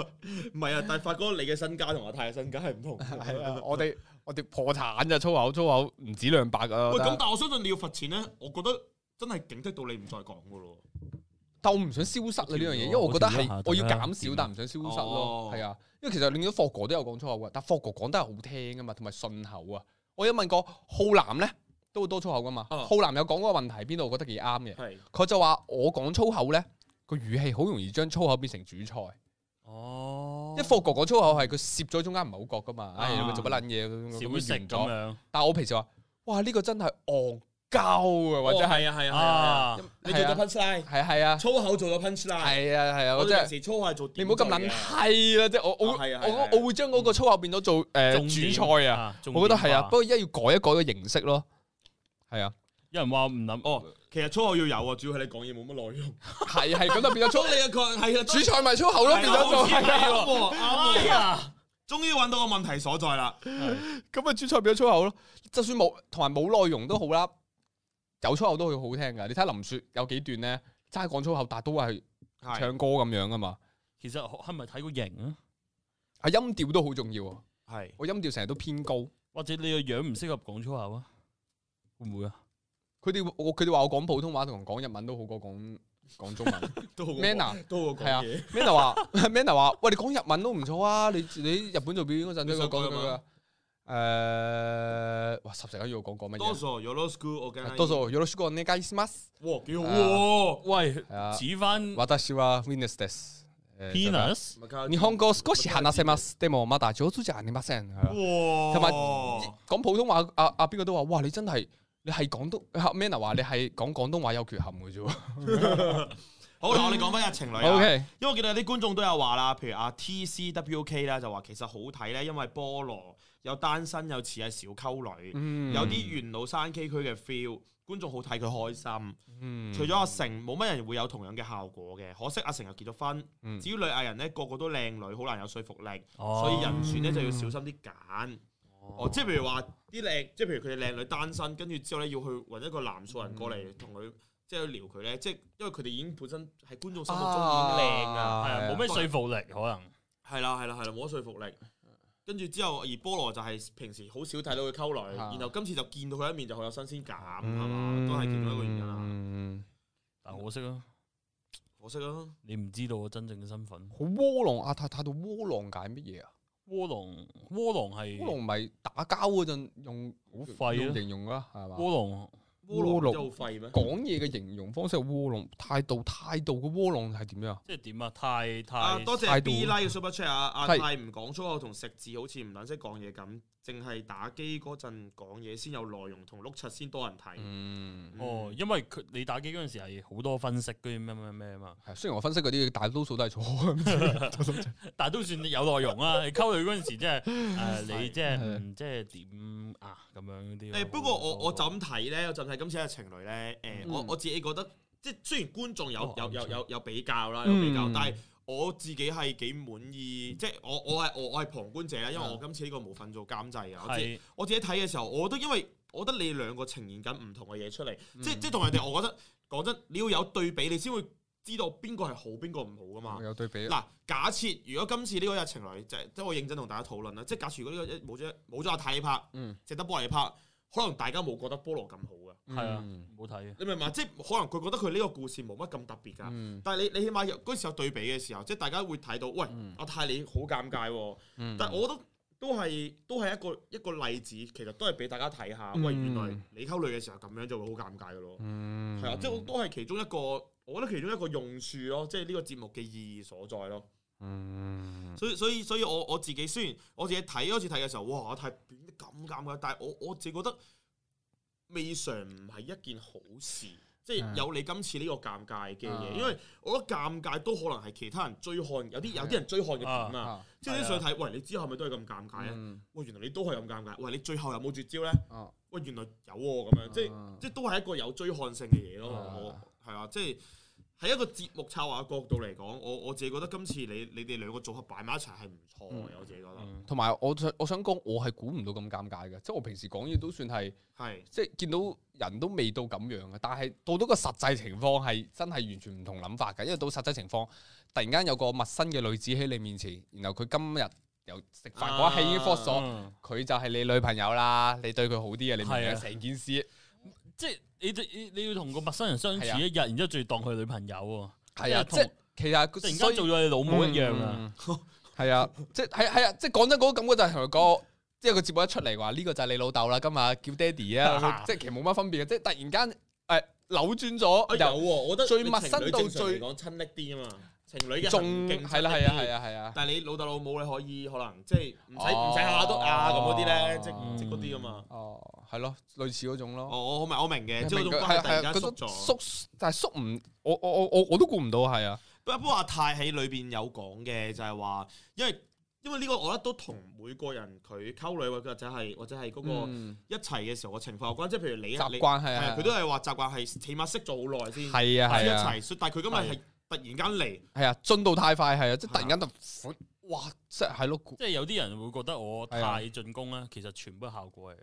B: 唔係啊，但係發哥你嘅身家同阿泰嘅身家係唔同。
C: 係啊！我哋我哋破產就粗口粗口唔止兩百啊噶
B: 喂，咁
C: 啦，
B: 但係我相信你要罰錢咧，我覺得真係警惕到你唔再講㗎咯。
C: 但我唔想消失啊呢樣嘢，因為我覺得係我要減少，但唔想消失咯。係啊，因為其實令到霍哥都有講粗口嘅，啊但霍哥講得係好聽噶嘛，同埋順口啊。我有問過浩南咧，都好多粗口噶嘛。
B: 啊
C: 浩南有講嗰個問題邊度，我覺得幾啱嘅。
B: 係，
C: 佢就話我講粗口咧，個語氣好容易將粗口變成主菜。
A: 哦
C: 一霍哥講粗口係佢攝咗中間唔係好覺噶嘛，唉、
B: 啊
C: 你咪做乜撚嘢咁啊
A: 小
C: 樣
A: 食
C: 完
A: 咁
C: 咗。
A: 樣
C: 但係我平時話，哇呢、個真係戇鳩啊，或者係
B: 啊係啊，
A: 啊，
B: 你做
C: 係
B: 到
C: 啊
B: punch line，
C: 係係啊
B: 粗口做到 punch line。
C: 係啊係啊，我
B: 我
C: 真
B: 哋
C: 係
B: 平時粗口係做
C: 你
B: 點
C: 唔好咁
B: 做
C: 撚
B: 嘅
C: 閪啦，即係我我
B: 啊係啊係啊
C: 我
B: 係啊
C: 我會將嗰個粗口變咗做誒主菜啊，
A: 啊，重
C: 我覺得
A: 點
C: 係啊，
A: 化
C: 不過而家要改一改個形式咯，係啊
A: 有人話唔諗哦，
B: 其實粗口要有啊，主要係你講嘢冇乜內容。
C: 係係咁 就變咗 粗
B: 你一個係啊，
C: 主菜咪粗口咯，變咗做
B: 係
C: 係啊。
B: 喎，
A: 哎
B: 啱喎。
A: 呀，
B: 終於揾到個問題所在啦。
C: 咁啊，主菜變咗粗口咯。就算冇同埋冇內容都好啦，有粗口都會好聽噶。你睇下林雪有幾段咧，齋講粗口，但係都係
B: 係
C: 唱歌咁樣噶嘛。
A: 其實係咪睇個型啊？
C: 啊，音調都好重要啊。
B: 係
C: 我音調成日都偏高，
A: 或者你個樣唔適合講粗口啊？會唔會啊？
C: 佢哋我佢哋話我講普通話同講日文都好過講講中文。
B: 都好過
C: Manner
B: 都好過
C: 係啊
B: 講嘢。
C: Manner 話 Manner 話，喂，你講日文都唔錯啊！你你日本做表演嗰陣都
B: 你
C: 講
B: 想
C: 佢
B: 講日
C: 噶
B: 文。
C: 誒、哇！十成一要我講講乜
B: 多
C: 嘢？
B: 數 y o r o s c h o o l 我
C: 多數啊よろしくお願いします。
B: 哇幾好喎。
A: 喂，
C: 係啊，
A: 指翻
C: 私は Venus です。誒
A: penis，
C: 日本語少し話せます。でもまだ上手じゃありません。係啊
B: 哇！
C: 同埋講普通話，阿阿邊個都話：，哇！你真係你係廣東阿 Manner 話你係講廣東話有缺陷嘅啫喎。
B: 好啦，我哋講翻日情 侶啊
C: O K，
B: 因為我見到有啲觀眾都有話啦，譬如阿 T C W K 啦，就話其實好睇咧，因為菠蘿有單身又似係小溝女，
C: 嗯
B: 有啲元老山崎區嘅 feel，觀眾好睇佢開心。
C: 嗯
B: 除咗阿成，冇乜人會有同樣嘅效果嘅。可惜阿成又結咗婚，
C: 嗯
B: 至於女藝人咧，個個都靚女，好難有說服力，
A: 所
B: 所以人選咧就要小心啲揀。哦，即係譬如話啲靚，即係譬如佢哋靚女單身，跟住之後咧要去揾一個男素人過嚟同佢即係去撩佢咧，即係因為佢哋已經本身喺觀眾心目中已經靚啊，
A: 係啊，冇咩
B: 不過
A: 說服力可能。
B: 係啦係啦係啦，冇乜說服力。跟住之後，而菠蘿就係平時好少睇到佢溝女，
C: 啊嗯
B: 然後今次就見到佢一面就好有新鮮感，係嘛，都係其中一個原因啦。
C: 啦。
A: 但可惜啊，
B: 可惜啊，
A: 你唔知道我真正嘅身份。
C: 好窩囊阿太太到窩囊解乜嘢啊？
A: 窩囊窩囊係
C: 窩囊咪打交嗰陣用
A: 好廢
C: 用
A: 啊！
C: 形容啦，係嘛？
A: 窩囊
B: 菠
C: 菠蘿
B: 蘿真係好廢咩？
C: 講嘢嘅形容方式係窩囊，態度態度嘅窩囊係點樣啊？
A: 即係點啊？太
B: 啊，
A: 太
B: 多謝
C: 態度
B: B Line 嘅 Super Chat 啊！阿
C: 係
B: 泰唔講粗口同食字，好似唔撚識講嘢咁，淨係打機嗰陣講嘢先有內容，同碌柒先多人睇。
C: 嗯，
A: 哦，因為佢你打機嗰陣時係好多分析嗰啲咩咩咩嘛，
C: 係雖然我分析嗰啲大多數都係錯嘅，
A: 但係都算有內容 啊。你溝女嗰陣時即係誒，你即係
C: 係
A: 嗯即係點啊咁樣嗰啲咯。哦
B: 誒，不過我我就咁睇咧，我就咁睇今次嘅情侶咧，誒，我
C: 嗯
B: 我自己覺得，即係雖然觀眾有
A: 哦
B: 有有
A: 啱
B: 有有比較啦，有比較
C: 嗯，
B: 但係我自己係幾滿意，即係我我係我我係旁觀者啦，因為我今次呢個冇份做監製啊，我自己
A: 嗯係
B: 我自己睇嘅時候，我都因為我覺得你兩個呈現緊唔同嘅嘢出嚟，
C: 嗯
B: 即即同人哋，我覺得講真，你要有對比，你先會知道邊個係好，邊個唔好噶
A: 嗯
B: 嘛。
C: 嗯有對比。
B: 嗱，假設如果今次呢個日情侶，即即我認真同大家討論啦，即假設如果呢個一冇咗冇咗阿泰拍，
C: 嗯，
B: 淨得菠蘿拍，可能大家冇覺得菠蘿咁好噶。
A: 係啊
C: 嗯，
A: 冇睇啊。
B: 你明唔明啊？即可能佢覺得佢呢個故事冇乜咁特別㗎。
C: 嗯
B: 但係啊你你起碼有嗰時候對比嘅時候，即係大家會睇到，喂，
C: 嗯
B: 阿泰你好尷尬喎、
C: 嗯
B: 但係我覺得都係都係一個一個例子，其實都係俾大家睇下，
C: 嗯
B: 喂，原來你溝女嘅時候咁樣就會好尷尬嘅咯，
C: 嗯
B: 係啊，即係我都係其中一個，我覺得其中一個用處咯，即係呢個節目嘅意義所在咯。
C: 嗯
B: 所以所以所以我我自己雖然我自己睇開始睇嘅時候，哇，太變得咁尷尬，但係我我自己覺得未嘗唔係一件好事。即係
C: 嗯
B: 有你今次呢個尷尬嘅嘢，
C: 嗯
B: 因為我覺得尷尬都可能係其他人追看，有啲有啲人追看嘅點啊，
C: 啊，
B: 即係你想睇，喂，你之後係咪都係咁尷尬啊？
C: 嗯
B: 喂，原來你都係咁尷尬。喂，你最後有冇絕招咧？
C: 啊
B: 喂，原來有喎、咁樣，即係
C: 啊
B: 即係都係一個有追看性嘅嘢咯。
C: 啊
B: 我係啊，即係喺一個節目策劃嘅角度嚟講，我我自己覺得今次你你哋兩個組合擺埋一齊係唔錯嘅，
C: 嗯
B: 我自己覺得
A: 嗯
C: 同埋我想我想講，我係估唔到咁尷尬嘅，即係我平時講嘢都算係。
B: 係
C: 即係見到人都未到咁樣嘅，但係到到個實際情況係真係完全唔同諗法嘅，因為到實際情況，突然間有個陌生嘅女子喺你面前，然後佢今日由食飯嗰一刻已經 f 咗，
A: 嗯
C: 佢、就係你女朋友啦，你對佢好啲嘅，你明唔明
A: 係
C: 啊
A: 啊
C: 成件事
A: 即係你你你要同個陌生人相處
C: 係啊
A: 一日，然之後再當佢女朋友喎，
C: 係啊，即
A: 即係
C: 係其實
A: 突然間
C: 所以
A: 做咗你老母一樣啊！
C: 嗯！ 係啊，即係係係啊，即係講真嗰個感覺就係同佢講。即係個節目一出嚟話呢個就係你老豆啦，今日叫爹哋 啊，即係其實冇乜分別嘅，即係突然間誒扭轉
B: 啊
C: 咗，
B: 有喎，我覺得
C: 最
B: 你
C: 陌
B: 情
C: 生
B: 侶
C: 到
B: 正常
C: 最
B: 嚟講親昵啲啊嘛，情侶嘅
C: 仲
B: 係
C: 係啦係啊係
B: 啊。
C: 啊係啊，
B: 但係你老豆老母你可以可能即係唔使
C: 哦
B: 唔使下下都啊咁嗰啲咧，即
C: 嗯
B: 即嗰啲啊嘛。
C: 哦，係咯，類似嗰種咯。
B: 哦，我明我明嘅，即係嗰種
C: 明佢
B: 關係突
C: 係
B: 然
C: 係
B: 間
C: 嗰
B: 縮
C: 種
B: 咗。
C: 縮，但係縮唔，我我我我我都估唔到係啊。
B: 不不過阿泰喺裏邊有講嘅就係話，因為因為呢個我覺得都同每個人佢溝女或者係或者係嗰個
C: 嗯
B: 一齊嘅時候嘅情況有關，即係譬如你
C: 習
B: 你
C: 慣係
B: 係
C: 啊
B: 啊，，佢都係話習慣係起碼識咗好耐先先
C: 係啊係啊
B: 一齊，所以但係佢今日係突然間嚟，
C: 係啊，進度太快係啊，即係
B: 係啊
C: 突然間就哇，即係係咯，估
A: 即係有啲人會覺得我
C: 係啊
A: 太進攻咧，其實全部都係效果嚟嘅。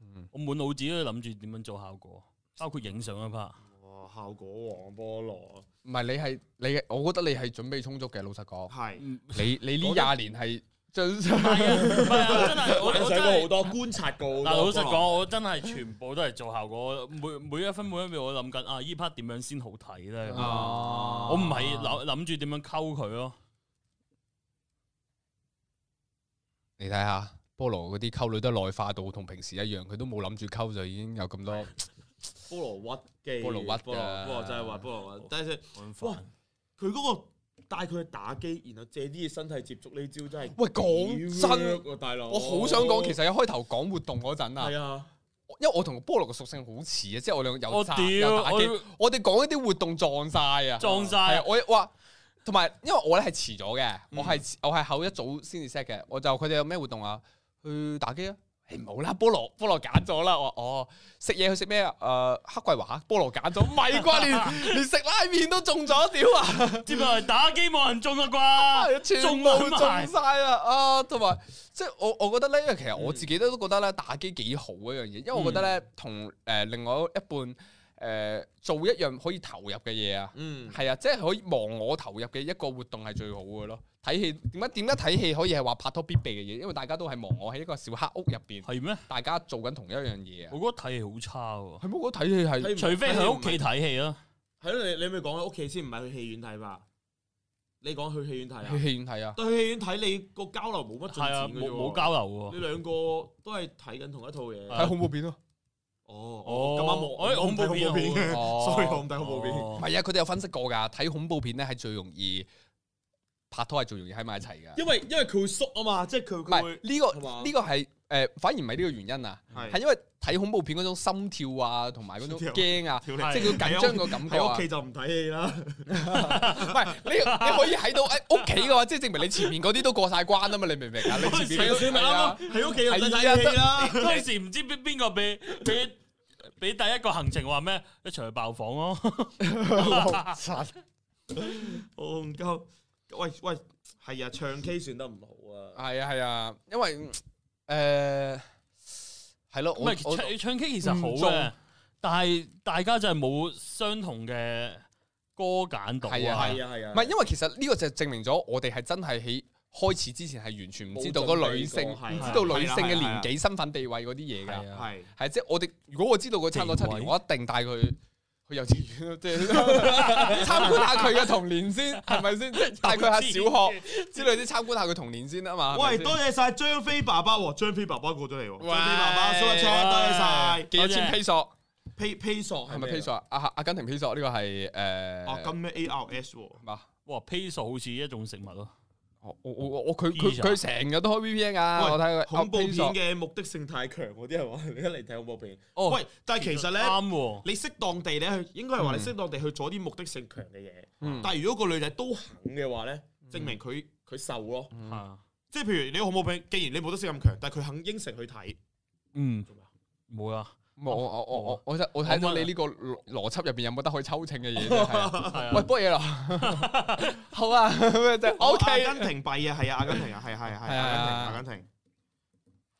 C: 嗯
A: 我滿腦子都諗住點樣做效果，包括影相嗰 part。
B: 哇！效果王菠蘿
C: 唔係你係你嘅，我覺得你係準備充足嘅。老實講，
B: 係
C: 你你呢
B: 講
C: 廿年係將
A: 唔係啊，唔 係啊，真係我
B: 幻
A: 我
B: 想
A: 真
B: 過好
A: 係。
B: 多，觀察過好
A: 嗱，
B: 多。
A: 老實
B: 菠蘿
A: 講，我真係全部都係做效果，每每一分每一秒我諗緊啊，依 part 點樣先好睇咧？
C: 哦
A: 我唔係諗諗住點樣溝佢咯，
C: 你睇下菠蘿嗰啲溝女都係內化到同平時一樣，佢都冇諗住溝就已經有咁多
B: 菠蘿屈嘅，
C: 菠蘿屈㗎
B: 菠蘿菠
C: 哦
B: 蘿真係話菠蘿屈，但係
A: 我咁煩
B: 佢嗰個帶佢去打機，然後借啲嘢身體接觸呢招真係
C: 喂講真
B: 幾 work 喎，大佬
C: 我好想講，其實一開頭講活動嗰陣啊
B: 哦係，啊，
C: 因為我同菠蘿嘅屬性好似啊，即係我兩個有
A: 我
C: 打
A: 屌
C: 有打機
A: 我
C: 我哋講一啲活動撞晒啊，
A: 撞晒
C: 係啊我哇！同埋，因為我咧係遲咗嘅，我係我係後一早先至 set 嘅，我就佢哋有咩活動啊？去打機啊？誒冇啦，菠蘿菠蘿揀咗啦，我話哦食嘢去食咩啊？誒黑桂華菠蘿揀咗，唔係啩？連連食拉麵都中咗，屌啊！
A: 接落嚟打機冇人中啊
C: 全
A: 啩，
C: 部
A: 中
C: 中
A: 埋。
C: 晒啊！啊，同埋即係我我覺得咧，因為其實我自己都覺得咧打機幾好一樣嘢，因為我覺得咧同誒另外一半誒、诶、做一樣可以投入嘅嘢啊。
B: 嗯，
C: 係啊，即係可以忘我投入嘅一個活動係最好嘅咯。睇戲點解點解睇戲可以係話拍拖必備嘅嘢？因為大家都係忘我喺一個小黑屋入邊，
A: 系咩？
C: 大家做緊同一樣嘢啊。
A: 我覺得睇戲好差 喎，
C: 係冇覺得睇戲係
B: 睇
A: 除非喺屋企睇戲啦。
B: 系咯，你你咪講喺屋企先，唔係去戲院睇嘛？你講去戲院睇啊
C: 去？戲院睇啊，
B: 但去戲院睇你個交流冇乜進
A: 係啊，
B: 展嘅
A: 冇
B: 啫喎
A: 冇交流
B: 你
A: 喎。
B: 兩個都係睇緊同一套嘢。
A: 係
C: 睇恐怖片咯。
B: 哦，
A: 哦
B: 咁啱冇，
A: 哎
B: 我唔
A: 恐
B: 睇
A: 怖片
B: 嘅
C: 哦
B: sorry，我唔睇恐怖片。
C: 唔
A: 哦
C: 係啊，佢哋有分析過㗎，睇恐怖片咧係最容易拍拖，係最容易喺埋一齊㗎。
B: 因為因為佢會縮啊嘛，即係佢
C: 唔
B: 佢
C: 係
B: 會
C: 呢個
B: 係嘛
C: 呢個係誒，反而唔係呢個原因啊，係
B: 係
C: 因為睇恐怖片嗰種心跳啊，同埋嗰種
B: 心跳
C: 驚啊，
B: 跳
A: 係
C: 即係佢緊張個感覺
B: 喺
C: 啊
B: 屋。企就唔睇戲啦。
C: 唔係你你可以喺到誒屋企嘅話，即係證明你前面嗰啲都過晒關啊嘛，你明唔明啊？你前面嗰啲
B: 咪
C: 係啊
B: 啱咯，喺屋企就唔使睇戲 啦。
A: 嗰陣時唔知邊邊個俾俾俾第一個行程話咩？一齊去爆房咯。
C: 啊
B: 我唔鳩，喂喂，係啊，唱 K 算得唔好啊。
C: 係啊係啊，因為誒係咯，
A: 唔
C: 我
A: 係
C: 我
A: 唱唱 K 其實好
C: 唔中
A: 嘅，但係大家就係冇相同嘅歌揀到
C: 係
A: 啊
B: 係。啊係啊，
C: 唔係，因為其實呢個就證明咗我哋係真係喺開始之前係完全唔知道
B: 冇準備
C: 嗰女性，
B: 過係
C: 唔知道女性嘅
B: à.
C: 年紀、身份地位嗰啲嘢㗎。
A: 係啊，
B: 係
C: 係即係我哋，如果我知道佢差唔多七
A: 地
C: 年，
A: 位
C: 我一定帶佢去幼稚園咯，即係 參觀下佢嘅童年先，係咪先？即係帶佢下小學之類啲參觀下佢童年先啊嘛。
B: 喂，
C: 係咪先
B: 多謝晒張飛爸爸喎，張飛爸爸過咗嚟喎，張飛
C: 喂
B: 爸爸 s u p 多謝晒。
C: 幾多千披索
B: P P 索
C: 係
B: 係
C: 咪
B: 咪
C: 披
B: P 索？
C: 索啊？阿阿根廷披索呢個係誒
B: 哦，咁咩 A E R S 喎？
C: 係嘛？
A: 哇，peso 好似一種食物咯。
C: 我我我我佢佢佢成日都開 VPN 啊！
B: 喂
C: 我睇佢
B: 恐怖片
C: 啊披索
B: 嘅目的性太強嗰啲係嘛？你一嚟睇恐怖片，
A: 哦
B: 喂，但係其實咧，
A: 啱喎。
B: 你適當地咧，去應該係話你
C: 嗯
B: 適當地去做啲目的性強嘅嘢。
C: 嗯
B: 但係如果個女仔都肯嘅話咧，證明佢佢受咯。
C: 嗯
A: 係啊
B: 即係譬如你恐怖片，既然你目的性咁強，但係佢肯應承去 睇，
A: 嗯
B: 做咩啊，
A: 冇啊。
C: 冇嗯我我我我我我
A: 我
C: 睇到
A: 問
C: 你
A: 啊
C: 呢個邏邏輯入邊有冇得可以抽秤嘅 嘢啫？係啊
A: 係啊
C: 喂，波嘢咯， 好啊，咩啫？O
B: 阿
C: K，
B: 根廷幣啊，係啊，阿根廷啊，係係係
C: 係啊
B: 阿根廷，阿根廷。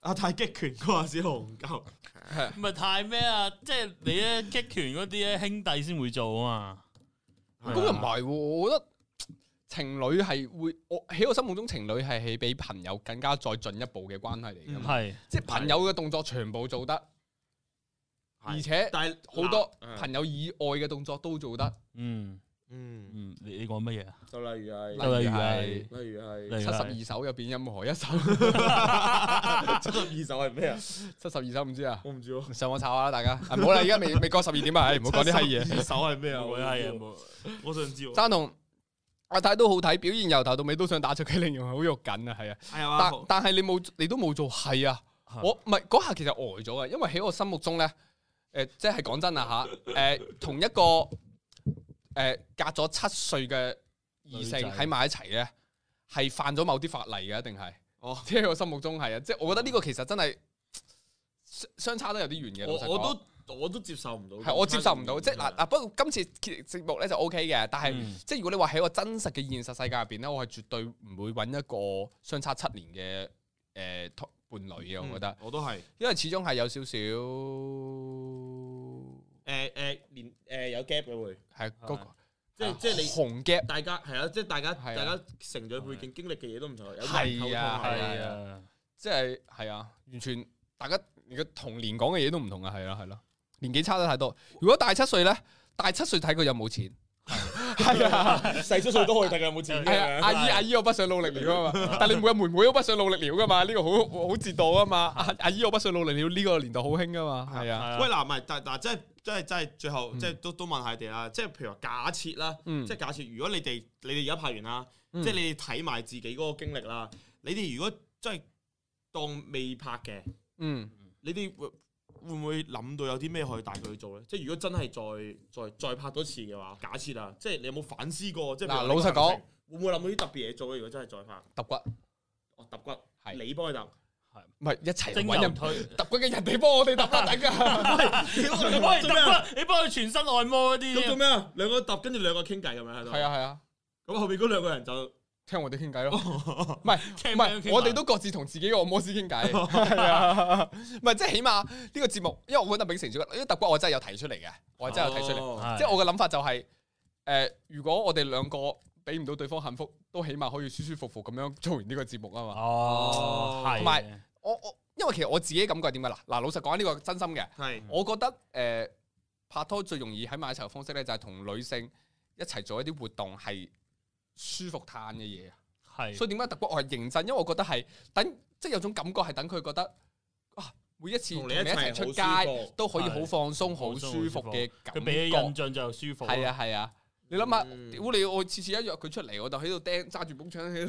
B: 阿太極拳嗰陣時紅鳩，
A: 唔係太咩啊？即係你咧擊拳嗰啲咧兄弟先會做啊嘛。
C: 咁又
B: 啊
C: 唔係喎，我覺得情侶係會，我喺我心目中情侶係係比朋友更加再進一步嘅關係嚟㗎嘛，
A: 係
C: 即係朋友嘅動作全部做得，而且
B: 但係
C: 好多
B: 嗱
C: 朋友以外嘅動作都做得，
A: 嗯
B: 嗯，
A: 嗯，你你講乜嘢啊？
B: 就例如係
C: 例
A: 就例如
C: 係
A: 係
B: 例如係
A: 例
C: 七
A: 如
C: 十
A: 係
C: 二手入 邊任何一首，
B: 七十二手係咩啊？
C: 七十二手唔知啊，
B: 我唔知喎。
C: 上網查下啦，大家， 啊唔好啦，而家未未過十二點 啊，唉唔好講啲閪嘢。
B: 二手係咩啊？
A: 冇係啊，冇
B: 我想知喎。
C: 山同阿太都好睇，表現由頭到尾都想打出佢令人好肉緊啊，係啊，
B: 係
C: 但
B: 啊，
C: 但係你冇，你都冇做，係啊，
A: 係
C: 我唔係嗰下其實呆咗啊，因為喺我心目中咧，诶、即係講真啊 吓，诶、同一個诶、隔咗七歲嘅異性
A: 女仔
C: 喺埋一齊咧，係犯咗某啲法例嘅，一定係，
B: 哦
C: 即係我心目中係啊，即係我覺得呢個其實真係相相差得有啲遠嘅，
B: 我
C: 老實講
B: 我都我都接受唔到。
C: 係我接受唔到，即係嗱嗱，不過今次節目咧就 O K 嘅，但係、
A: 嗯
C: 即係如果你話喺個真實嘅現實世界入邊咧，我係絕對唔會揾一個相差七年嘅誒、呃同伴侶嘅，我覺得，
B: 嗯我都係
C: 因為始終係有少少
B: 誒誒，連誒有 gap 嘅會，
C: 係嗰個
B: 啊
C: 啊
B: 即係即係你
C: 紅 gap
B: 大家係啊，即係大家
C: 係啊
B: 大家成長背景經歷嘅嘢都唔同，有
C: 係
B: 啲人溝通
C: 啊
B: 係
A: 係啊。
C: 即係係啊，完全大家而家童年講嘅嘢都唔同啊，係啦係啦，年紀差得太多。如果大七歲咧，大七歲睇佢有 冇錢，係啊。
B: 細叔歲都可以睇有冇錢
C: 係啊，阿姨阿姨，我不想努力了啊嘛，但你每個妹妹都不想努力了啊噶嘛，呢個好好折墮啊嘛，阿阿姨我不想努力了呢個年代好興噶嘛，係
A: 係啊
C: 啊，
B: 喂嗱，唔係，但嗱，即係即係即係最後，
C: 嗯
B: 即係都都問下你哋啦。即係譬如話假設啦，
C: 嗯
B: 即係假設如果你哋你哋而家拍完啦，
C: 嗯
B: 即係你哋睇埋自己嗰個經歷啦，你哋如果即係當未拍嘅，
C: 嗯，
B: 你哋會會唔會諗到有啲咩可以帶佢去做咧？即係如果真係再再再拍多次嘅話，假設啊，即係你有冇反思過？即係譬如話
C: 嗱
B: 你個
C: 老實講
B: 行程，會唔會諗到啲特別嘢做咧？如果真係再拍，
C: 揼骨
B: 哦，揼骨，
C: 係
B: 你幫佢揼，
C: 唔係一齊
A: 精
C: 揾
A: 油
C: 人
A: 推，
C: 揼骨嘅人哋幫我哋揼啦，等噶，
A: 你幫佢揼
C: 啊
A: 啦，你幫佢全身按摩嗰啲
B: 咁做咩啊？兩個揼，跟住兩個傾偈咁樣喺度。
C: 係啊係啊，
B: 咁後面嗰兩個人就
C: 聽我哋傾偈咯，唔係
A: 聽
C: 唔
A: 聽
C: 係，
A: 聽
C: 我哋都各自同自己個按摩師傾偈，係啊， 唔係即係起碼呢個節目，因為我覺得秉承咗，因為揼骨我真係有提出嚟嘅，我係真係有提出嚟，
B: 哦
A: 係
C: 即係我嘅諗法就係、誒、如果我哋兩個俾唔到對方幸福，都起碼可以舒舒服服咁樣做完呢個節目啊嘛。
A: 哦，係
C: 同埋我我因為其實我自己感覺係點嘅嗱啊嗱，老實講呢個真心嘅，
B: 係
A: 嗯
C: 我覺得誒、拍拖最容易喺埋一齊嘅方式咧，就係同女性一齊做一啲活動係舒服嘆嘅嘢。啊
A: 係
C: 所以點解特骨我係認真？因為我覺得係等即係有種感覺係等佢覺得啊，每一次同
B: 同
C: 你
B: 你
C: 一
B: 一
C: 齊
B: 齊
C: 出
B: 出
C: 街
B: 街，
C: 都可以好
A: 係
C: 放鬆、好
A: 好
C: 舒
A: 舒
C: 服
A: 服
C: 嘅感
A: 佢俾嘅
C: 覺
A: 印。象就舒服。
C: 係，啊係啊，你諗下，
B: 嗯
C: 屌你我次次一約佢出嚟，我就喺度釘揸住本槍 喺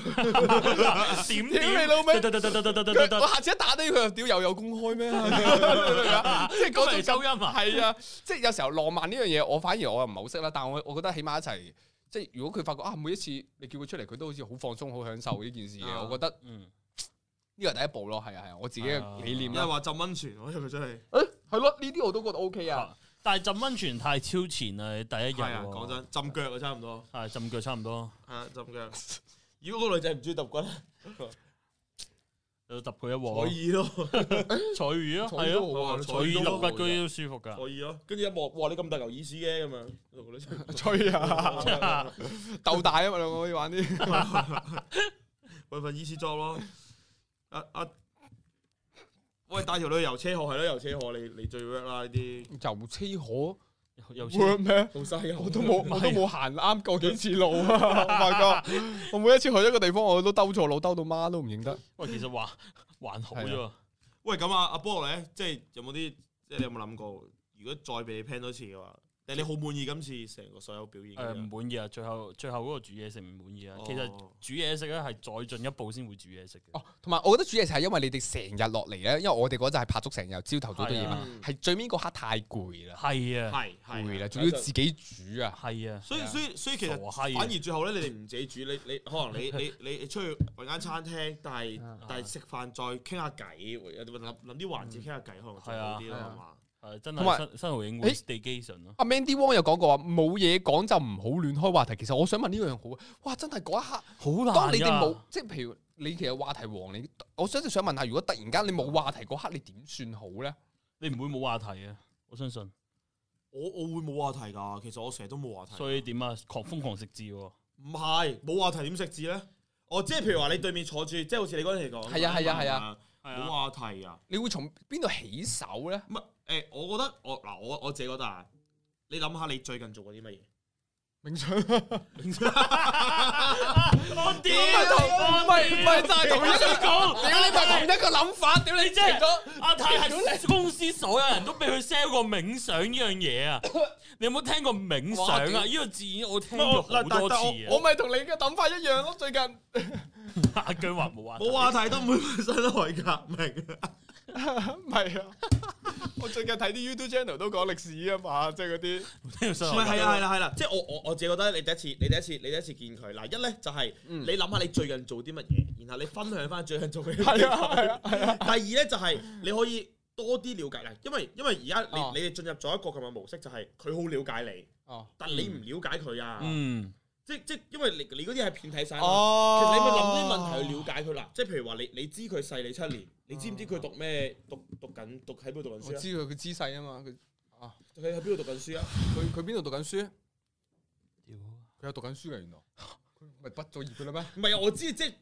C: 度，
A: 點
C: 屌
A: 點
C: 你老味
A: 得得得得得得得
C: 佢我
A: 得，
C: 下次一打低佢，屌又有公開 咩？你明唔明啊即係嗰種
A: 嚟收音啊！
C: 係啊，即係有時候浪漫呢樣嘢，我反而我又唔係好識啦。但係我我覺得起碼一齊，即係如果佢發覺啊，每一次你叫佢出嚟，佢都好似好放鬆、好享受呢件事嘅。
B: 啊
C: 我覺得
A: 嗯，
C: 呢個係第一步咯，係啊係啊，我自己嘅理念
B: 因
C: 啦
B: 為。話浸温泉，我以為真係
C: 誒係咯，呢啲我都覺得 O K 啊。
A: 但係浸温泉太超前啦，你第
C: 哎
A: 一日
B: 係啊，
A: 喎
B: 講，真，浸腳啊，差唔多
A: 係浸腳差唔多，
B: 係啊，浸腳。如果個女仔唔中意揼骨呢，
A: 就揼佢一鑊，
B: 可以咯，
A: 彩魚咯，
C: 坐
A: 係
C: 都
A: 咯，
C: 好
B: 係啊
C: 啊
A: 彩
B: 坐
A: 魚
B: 魚
A: 揼
B: 都
A: 骨 居都舒服㗎。
B: 可以咯。跟住一望，哇！你咁大嚿耳屎嘅咁樣，個女仔
C: 吹啊， 鬥大啊嘛，兩個可以玩 啲。
B: 搵份 easy job 咯。啊啊，喂，帶條女遊車河係咯，遊車河你你最 work 啦呢啲。
C: 遊 車河
A: 又
C: work 咩？
B: 好犀利，
C: 我都冇，我都冇行啱過幾次路 啊！我發覺我每一次去一個地方，我都兜錯路，兜到媽都唔認得。
A: 喂，其實還 還好啫喎，
B: 喂，咁啊，阿菠蘿咧，即係有冇啲，即係你有冇諗過，如果再俾你 plan 多次嘅話，但係你好滿意今次成個所有表現嘅？
A: 誒唔滿意啊！最後最後嗰個煮嘢食唔滿意啊
B: 哦，
A: 其實。煮嘢食咧係再進一步先會煮嘢食嘅。
C: 哦，同埋我覺得煮嘢食係因為你哋成日落嚟咧，因為我哋嗰陣係拍足成日，朝頭早到夜晚，
B: 嗯
C: 係啊最尾嗰刻太攰啦，
A: 係啊，
B: 係
C: 攰
B: 係
C: 啦，仲要自己煮啊，
A: 係啊，
B: 所以所以所以其實
A: 傻閪啊
B: 反而最後咧，你哋唔自己煮，你你可能你你你你出去揾間餐廳，但係
C: 啊
B: 但係食飯再傾下偈，會有啲諗諗啲環節傾下偈，可能仲好啲
C: 係
B: 咯，
C: 啊
B: 係嘛？
A: 係真
C: 同埋
A: 係新新濠影會
C: 誒
A: staycation 咯。
C: 阿 Mandy Wong 又講過話冇嘢講就唔好亂開話題，其實我想問呢樣好啊，哇！真係嗰一刻，
A: 好啊
C: 當你哋
A: 㗎
C: 冇，即係譬如你其實話題王，你我想就想問下，如果突然間你冇話題嗰刻，你點算好咧？
A: 你唔會冇話題啊！我相信。
B: 我我會冇話題㗎，其實我成日都冇話題。
A: 所以點啊？狂瘋狂食字喎，
B: 唔係冇話題點食字咧？哦，即係譬如話你對面坐住，即係好似你嗰陣時講，
C: 係啊係啊係
B: 啊，
A: 係
B: 冇話題啊。
C: 你會從邊度起手咧？
B: 唔係誒，我覺得我嗱我我自己覺得啊，你諗下你最近做過啲乜嘢？
C: 明想唔
A: 我屌，
C: 係唔係就係同
A: 我
C: 一
A: 想
C: 個，
A: 講，
C: 屌你咪同一個諗法，屌你
A: 你真係
C: 停咗。
A: 阿泰係啊公司所有人都俾佢 sell 過冥想呢樣嘢 啊！你有冇聽過冥想
C: 哇屌
A: 啊？呢個字眼我聽咗好多
C: 我
A: 次
C: 咪同你嘅諗法一樣咯，最近
A: 啊！阿 姜話冇話題，
B: 冇話題都唔會發生內革命。
C: 唔係啊，我最近睇啲 YouTube channel 都講歷史啊嘛，即係嗰啲
A: 聽到新
B: 唔
A: 濠影
B: 係啊係啦係啦係啦，即係我我我自己覺得你第一次你第一次你第一次見佢嗱一咧就係
C: 嗯
B: 你諗下你最近做啲乜嘢，然後你分享翻最近做嘅嘢。
C: 係啊係 啊係啊，
B: 第二咧就係你可以多啲了解嗱，因為因為而家
C: 哦
B: 你你哋進入咗一個咁嘅模式，就係佢好了解你，
C: 哦
B: 但你唔了解佢啊。
A: 嗯，
B: 即即因為你你嗰啲係遍體晒啊嘛。其實你咪諗啲
C: 哦
B: 問題去了解佢啦，即係譬如話你你知佢細你七年，你知唔知佢讀咩讀讀緊讀喺邊度讀緊
C: 我
B: 書啊？
C: 知佢嘅姿勢啊嘛，佢
B: 佢喺邊度讀緊書啊？
C: 佢佢邊度讀緊書？佢有讀緊書嘅原來，佢咪畢咗業嘅啦咩？
B: 唔係啊，我知即係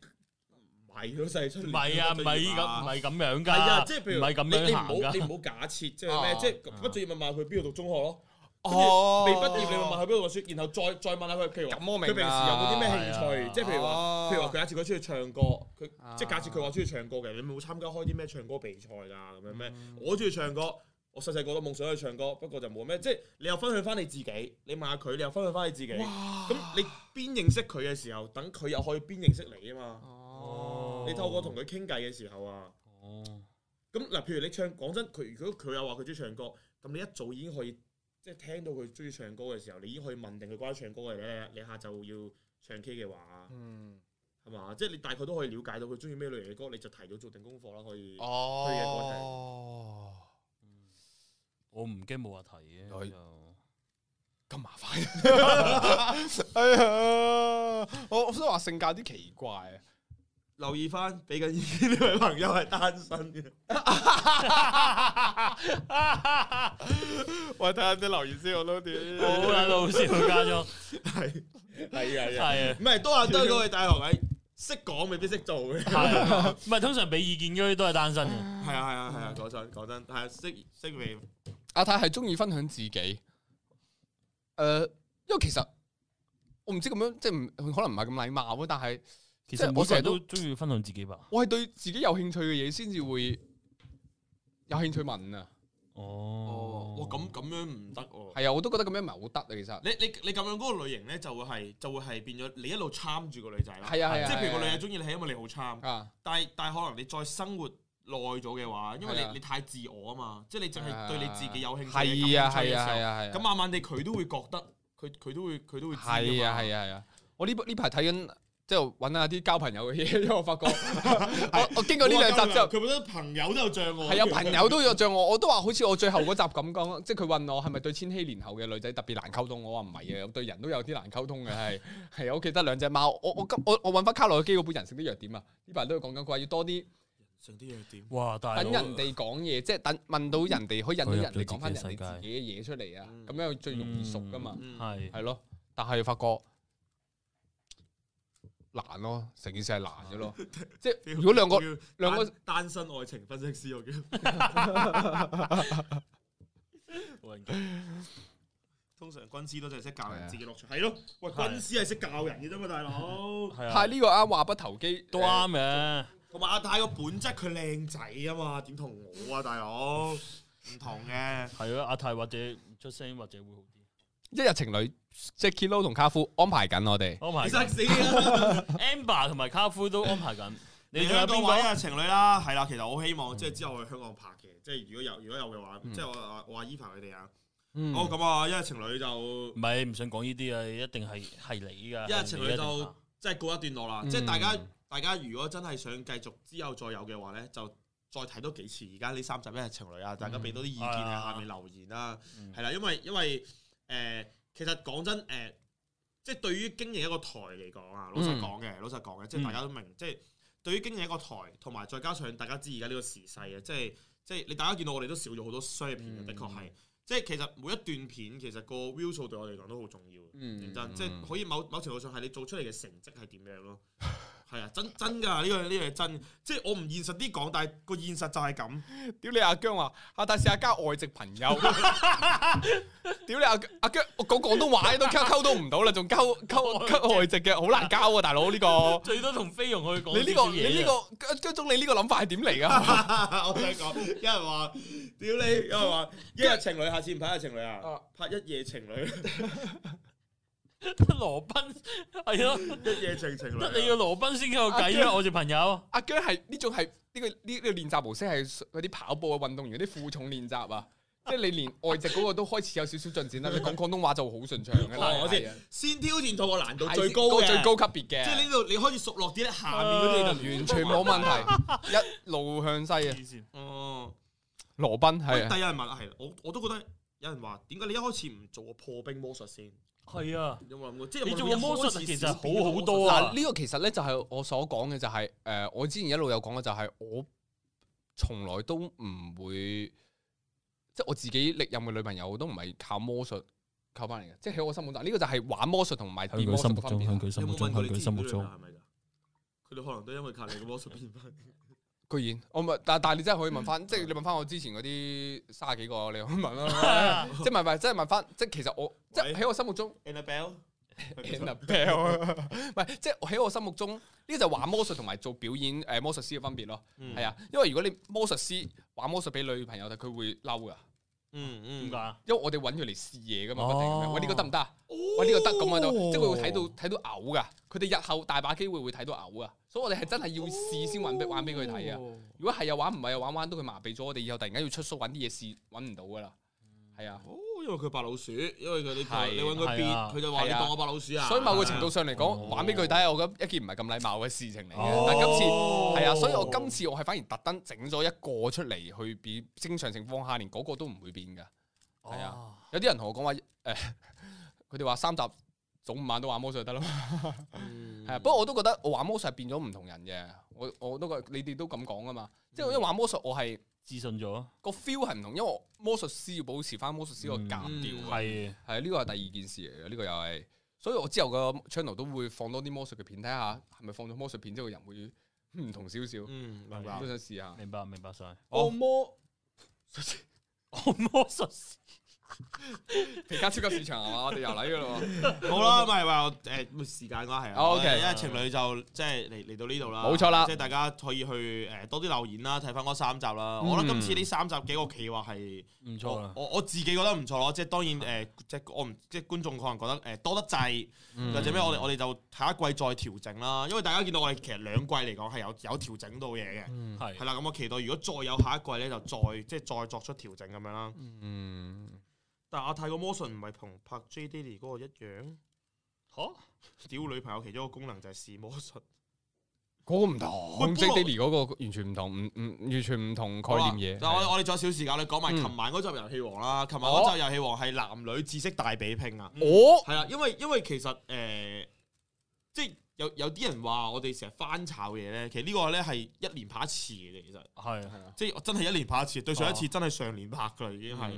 B: 唔係佢細七
A: 唔
B: 年。
A: 係啊，唔係咁，唔
B: 係
A: 係咁樣㗎。
B: 啊，即係譬如
A: 唔係咁
B: 你你
A: 樣
B: 唔
A: 行
B: 好
A: 㗎哦
B: 你。唔好假設即係
C: 啊
B: 咩，即係畢咗業咪問佢邊度讀中學咯，
C: Ờ. 哦
B: 未畢業你咪問佢邊度讀書，然後再再問下佢，譬如話
C: 咁我
A: 啊
C: 明
B: 佢平時有冇啲咩興
A: 啦
B: 趣，即係譬如
A: 哦
B: 話。
C: 話
B: 譬如話佢假設佢中意唱歌，佢
C: 啊
B: 即係假設佢話中意唱歌嘅，你有冇參加開啲咩唱歌比賽㗎咁樣
A: 嗯
B: 咩？我中意唱歌，我細細個都夢想去唱歌，不過就冇咩，即係你又分享翻你自己，你問下佢，你又分享翻你自己，
C: 哇
B: 咁你邊認識佢嘅時候，等佢又可以邊認識你啊嘛。
C: 哦
B: 你透過同佢傾偈嘅時候啊，
A: 哦
B: 咁嗱，譬如你唱講真，佢如果佢又話佢中意唱歌，咁你一早已經可以即係聽到佢中意唱歌嘅時候，你已經可以問定佢關於唱歌嘅咧，你下晝要唱 K 嘅話。
C: 嗯
B: 係嘛？即係你大概都可以了解到佢中意咩類型嘅歌，你就提早做定功課啦，可以。佢嘅過
C: 哦，
A: 我唔驚冇話題嘅，
C: 係
A: 就
C: 哎咁麻煩，哎呀，我我想話話性格有啲奇怪啊。
B: 留意翻，俾緊意見呢位朋友係單身嘅。
C: 喂，睇下啲留言先，我都屌。
A: 好撚好笑，家咗
B: 係
C: 係啊，係啊，
A: 係啊
B: 唔係都話得嗰位大學位識講未必識做嘅。係
A: 係啊，唔係通常俾意見嗰啲都係單身嘅，
B: 啊係啊係啊，講真講真，係識識未？
C: 阿太係中意分享自己。诶、因為其實我唔知咁樣，即系唔可能唔係咁禮貌啊，但係
A: 其
C: 即
A: 實
C: 係
A: 每個
C: 我成日
A: 人
C: 都
A: 都中意分享自己吧。
C: 我係對自己有興趣嘅嘢先至會有興趣問啊。
A: 哦，
B: 哇咁咁樣唔得喎。
C: 係啊，我都覺得咁樣唔係好得啊，其實。
B: 你你你咁樣嗰個類型咧，就會係就會係變咗你一路參住個女仔啦。
C: 係啊係啊，
B: 即係譬如個女
C: 係
B: 仔
C: 啊
B: 中意你係因為你好參，
C: 啊，
B: 但係但係可能你再生活耐咗嘅話，因為
C: 係啊
B: 你你太自我啊嘛，即係你淨係對你自己有興趣
C: 係啊係啊係
B: 啊，
C: 啊係啊
B: 咁。慢慢地佢都會覺得佢佢都會佢都會知
C: 係啊
B: 啊
C: 係啊係啊！我呢呢排睇緊，即係揾下啲交朋友嘅嘢， 因為我發 覺我我經過呢兩集之後，
B: 啊佢本身朋友都有障礙。
C: 係有啊朋友都有障我，我都話好似我最後嗰集咁講， 即係佢問我係咪對千禧年後嘅女仔特別難溝通，我話唔係嘅，我對人都有啲難溝通嘅，係 係啊，屋企得兩隻貓，我我今我我揾翻卡洛基嗰本人性的弱點啊，呢排都有講緊，佢話要多啲
B: 成啲嘢點？
A: 哇！但係
C: 等人哋講嘢，即係等問到人哋，可以引到人哋講翻人哋自
A: 代入咗自
C: 己嘅嘢出嚟啊，
B: 嗯
C: 咁樣最容易熟噶嘛。
B: 嗯
A: 係
C: 系咯，但系發覺難咯，成件事係難嘅 咯。即系如果兩個
B: 叫
C: 兩個
B: 單單身愛情分析師，我叫通常軍師都淨係識教
C: 啊
B: 人自己落場，係咯？喂，
A: 係
B: 軍師係識教人嘅啫嘛，大佬。
A: 係
C: 派
A: 啊，
C: 呢個啱話不投機
A: 都
C: 呃
A: 啱嘅。
B: 同埋阿泰個本質佢靚仔啊嘛，點同我啊，大 佬唔同嘅。
A: 係咯，阿泰或者唔出聲或者會好啲。
C: 一日情侶 Jackie Lou 同卡夫安排緊我哋，
A: 安排
B: 你塞死啦！
A: Oh Amber 同埋卡夫都安排緊。你
B: 你
A: 仲有
B: 香港
A: 邊
B: 位
A: 個？
B: 啊情侶啦，係啦，其實我好希望即係之後去香港拍嘅，即係如果有如果有嘅話，
C: 嗯
B: 即係我話我話 Eva 佢哋啊。
C: 嗯
B: 哦，咁啊，因為情侶就
A: 唔係唔想講呢啲啊，一定係係你㗎。
B: 因為情侶
A: 你一定
B: 就
A: 拍
B: 即係告一段落啦，
C: 嗯
B: 即係大家大家如果真係想繼續之後再有嘅話咧，就再睇多幾次。而家呢三集一係情侶
C: 嗯
B: 啊，大家俾多啲意見
A: 係
B: 喺
A: 啊
B: 下面留言啦，
A: 嗯
B: 係啦，因為因為誒、呃其實講真誒、呃即係對於經營一個台嚟講啊，老實
C: 嗯
B: 講嘅，老實講嘅，即係大家都明，即係對於經營一個台，同埋再加上大家知而家呢個時勢啊，即係即係你大家見到我哋都少咗好多商業片嘅，
C: 嗯
B: 的確係。即係其實每一段片其實個 view 數對我嚟講都好重要嘅。認
C: 嗯
B: 真，即係可以某某程度上係你做出嚟嘅成績係點樣咯。 係啊，真真㗎，呢樣呢樣係真。即係我唔現實啲講，但係個現實就係咁。
C: 屌你阿姜話啊阿大試下交外籍朋 友，屌你阿阿姜我講廣東話都溝溝都唔到啦，仲溝溝溝外籍嘅好難交啊，大佬呢個。
A: 最多同菲傭去講
C: 你呢
A: 少少
C: 個你
A: 嘢啊
C: 呢
A: 啫
C: 個姜姜總你呢個諗法係點嚟㗎？
B: 我想講，有人話屌你，有人話一日情侶，下次唔拍一日情侶啊
C: 啊，
B: 拍一夜情侶，
A: 羅賓係咯，
B: 一夜情情侶啊。
A: 得你個羅賓先有計
C: 阿
A: 啊！我隻朋友。
C: 阿姜係呢種係呢個呢呢個練習模式係嗰啲跑步嘅運動員嗰啲負重練習啊， 即係你連外籍嗰個都開始有少少進 展啦。你講廣東話就好順暢嘅啦
B: 哦，我知
C: 係啊
B: 先挑戰到個難度
C: 係
B: 最高
C: 個
B: 嘅，
C: 最高級別
B: 即係
C: 嘅，
B: 呢度你可以熟落啲咧，下面嗰啲你
A: 啊
B: 就
C: 完全冇問題，一路向西啊！
A: 黐線
B: 哦。
C: 羅賓
B: 喂
C: 係
B: 但
C: 啊，
B: 係有人問啊，係我我都覺得有人話點解你一開始唔做個破冰魔術先？
A: 係啊，
B: 有冇諗過？即係
A: 你
B: 有冇
A: 做
B: 諗
A: 個
B: 過
A: 魔術
B: 一開始
A: 其實
B: 小變
A: 好
B: 個
A: 好
B: 魔術
A: 多啊
C: 嗱！呢個其實咧就係我所講嘅就係誒，我之前一路有講嘅就係呃我從來都唔會，即係我自己歷任嘅女朋友都唔係靠魔術。靠翻嚟嘅，即係喺我心目中，呢、個就係玩魔術同埋變魔術嘅分別啊。
A: 佢
B: 你有冇問過你之前嗰兩個係咪㗎？佢哋可能都因為靠你嘅魔術變翻。
C: 居然，我咪但但係你真係可以問翻，即係你問翻我之前嗰啲三十幾個，你可以問 啦。即係唔係唔係，即係問翻，即係其實我即係喺我心目中
B: Annabelle，
A: 啊
C: ，Annabelle，唔啊係即係我喺我心目中，呢個就玩魔術同埋做表演誒魔術師嘅分別咯。
A: 嗯
C: 係
B: 啊，
C: 啊，因為如果你魔術師玩魔術俾女朋友，但佢會嬲噶，
B: 嗯嗯
A: 點解？啊？因
C: 因為我哋揾佢嚟試嘢噶嘛，不停咁樣
A: 哦
C: 喂呢個得唔得啊？喂呢個得咁啊就，即係佢會睇到睇到嘔噶，佢哋日後大把機會會睇到嘔啊，所以我哋係真係要試先
A: 哦
C: 揾俾玩俾佢睇啊。如果係又玩唔係又玩玩到佢麻痹咗，我哋以後突然間要出書揾啲嘢試揾唔到噶啦，係啊，
B: 哦，因為佢白老鼠，因為佢你
C: 係
B: 你揾佢
A: 係
B: 變，
A: 啊
B: 佢就話你
C: 係啊
B: 當我白老鼠啊。
C: 所以某個程度上嚟講，
A: 哦
C: 玩俾佢睇，我覺得一件唔係咁禮貌嘅事情嚟
A: 哦
C: 嘅。但今次係啊，所以我今次我係反而特登整咗一個出嚟去變正常情況下，連嗰個都唔會變噶。係啊，有 啲人同我講話誒，佢哋話三集早午晚都玩魔術就得啦嘛，
B: 嗯
C: 係啊，不過我都覺得我玩魔術係變咗唔同人嘅，我我都覺得你哋都咁講啊嘛，即
B: 嗯
C: 係因為玩魔術我係
A: 自信咗，
C: 個 feel 係唔同，因為我魔術師要保持翻魔術師個
B: 嗯
C: 格調啊，
A: 係
C: 係呢個係第二件事嚟嘅，呢個又係，所以我之後個 channel 都會放多啲魔術嘅片，睇下係咪放咗魔術片之後個人會唔同少少，
B: 嗯，哦明
A: 白
C: 都想試下。哦
A: 明白明白晒。
B: 好
C: 按摩
A: 按摩術師
C: 皮卡超級市場啊係嘛，我哋又嚟嘅咯喎，
B: 好啦，唔係話我誒時間關係啊
C: OK
B: 我哋因為情侶就即係嚟嚟到呢度啦，
C: 冇錯啦
B: 即係大家可以去誒多啲留言啦，睇翻嗰三集啦。
C: 嗯
B: 我覺得今次呢三集幾個企劃係
A: 唔錯
B: 我
A: 啦，
B: 我我自己覺得唔錯咯，即係當然誒，即係我唔即係觀眾可能覺得誒多得滯，
C: 嗯
B: 或者咩，我哋我哋就下一季再調整啦。因為大家見到我哋其實兩季嚟講係有有調整到嘢
C: 嗯
B: 嘅，係
A: 係
B: 啦。咁我期待如果再有下一季咧，就再即係再作出調整咁樣啦。
C: 嗯，
B: 但係阿泰個魔術唔係同拍 J Daily 嗰個一樣。
A: 嚇
B: 屌女朋友其中一個功能就係試魔術，
C: 嗰個唔
B: 喂
C: 同
B: 不過
C: ，J Daily 嗰個完全唔同，唔唔完全唔同 概念嘢。
B: 但我我哋仲有少時間，你講埋
C: 嗯哦
B: 琴晚嗰集遊戲王啦。琴晚嗰集遊戲王係男女知識大比拼啊，
C: 我
B: 係啦，因為因為其實誒、呃即係有有啲人話我哋成日翻炒嘢咧，其實呢個咧係一年拍一次嘅啫，其實
A: 係
C: 啊
B: 即係我真係一年拍一次，對
C: 哦
B: 上一次真係上年拍噶啦，已經係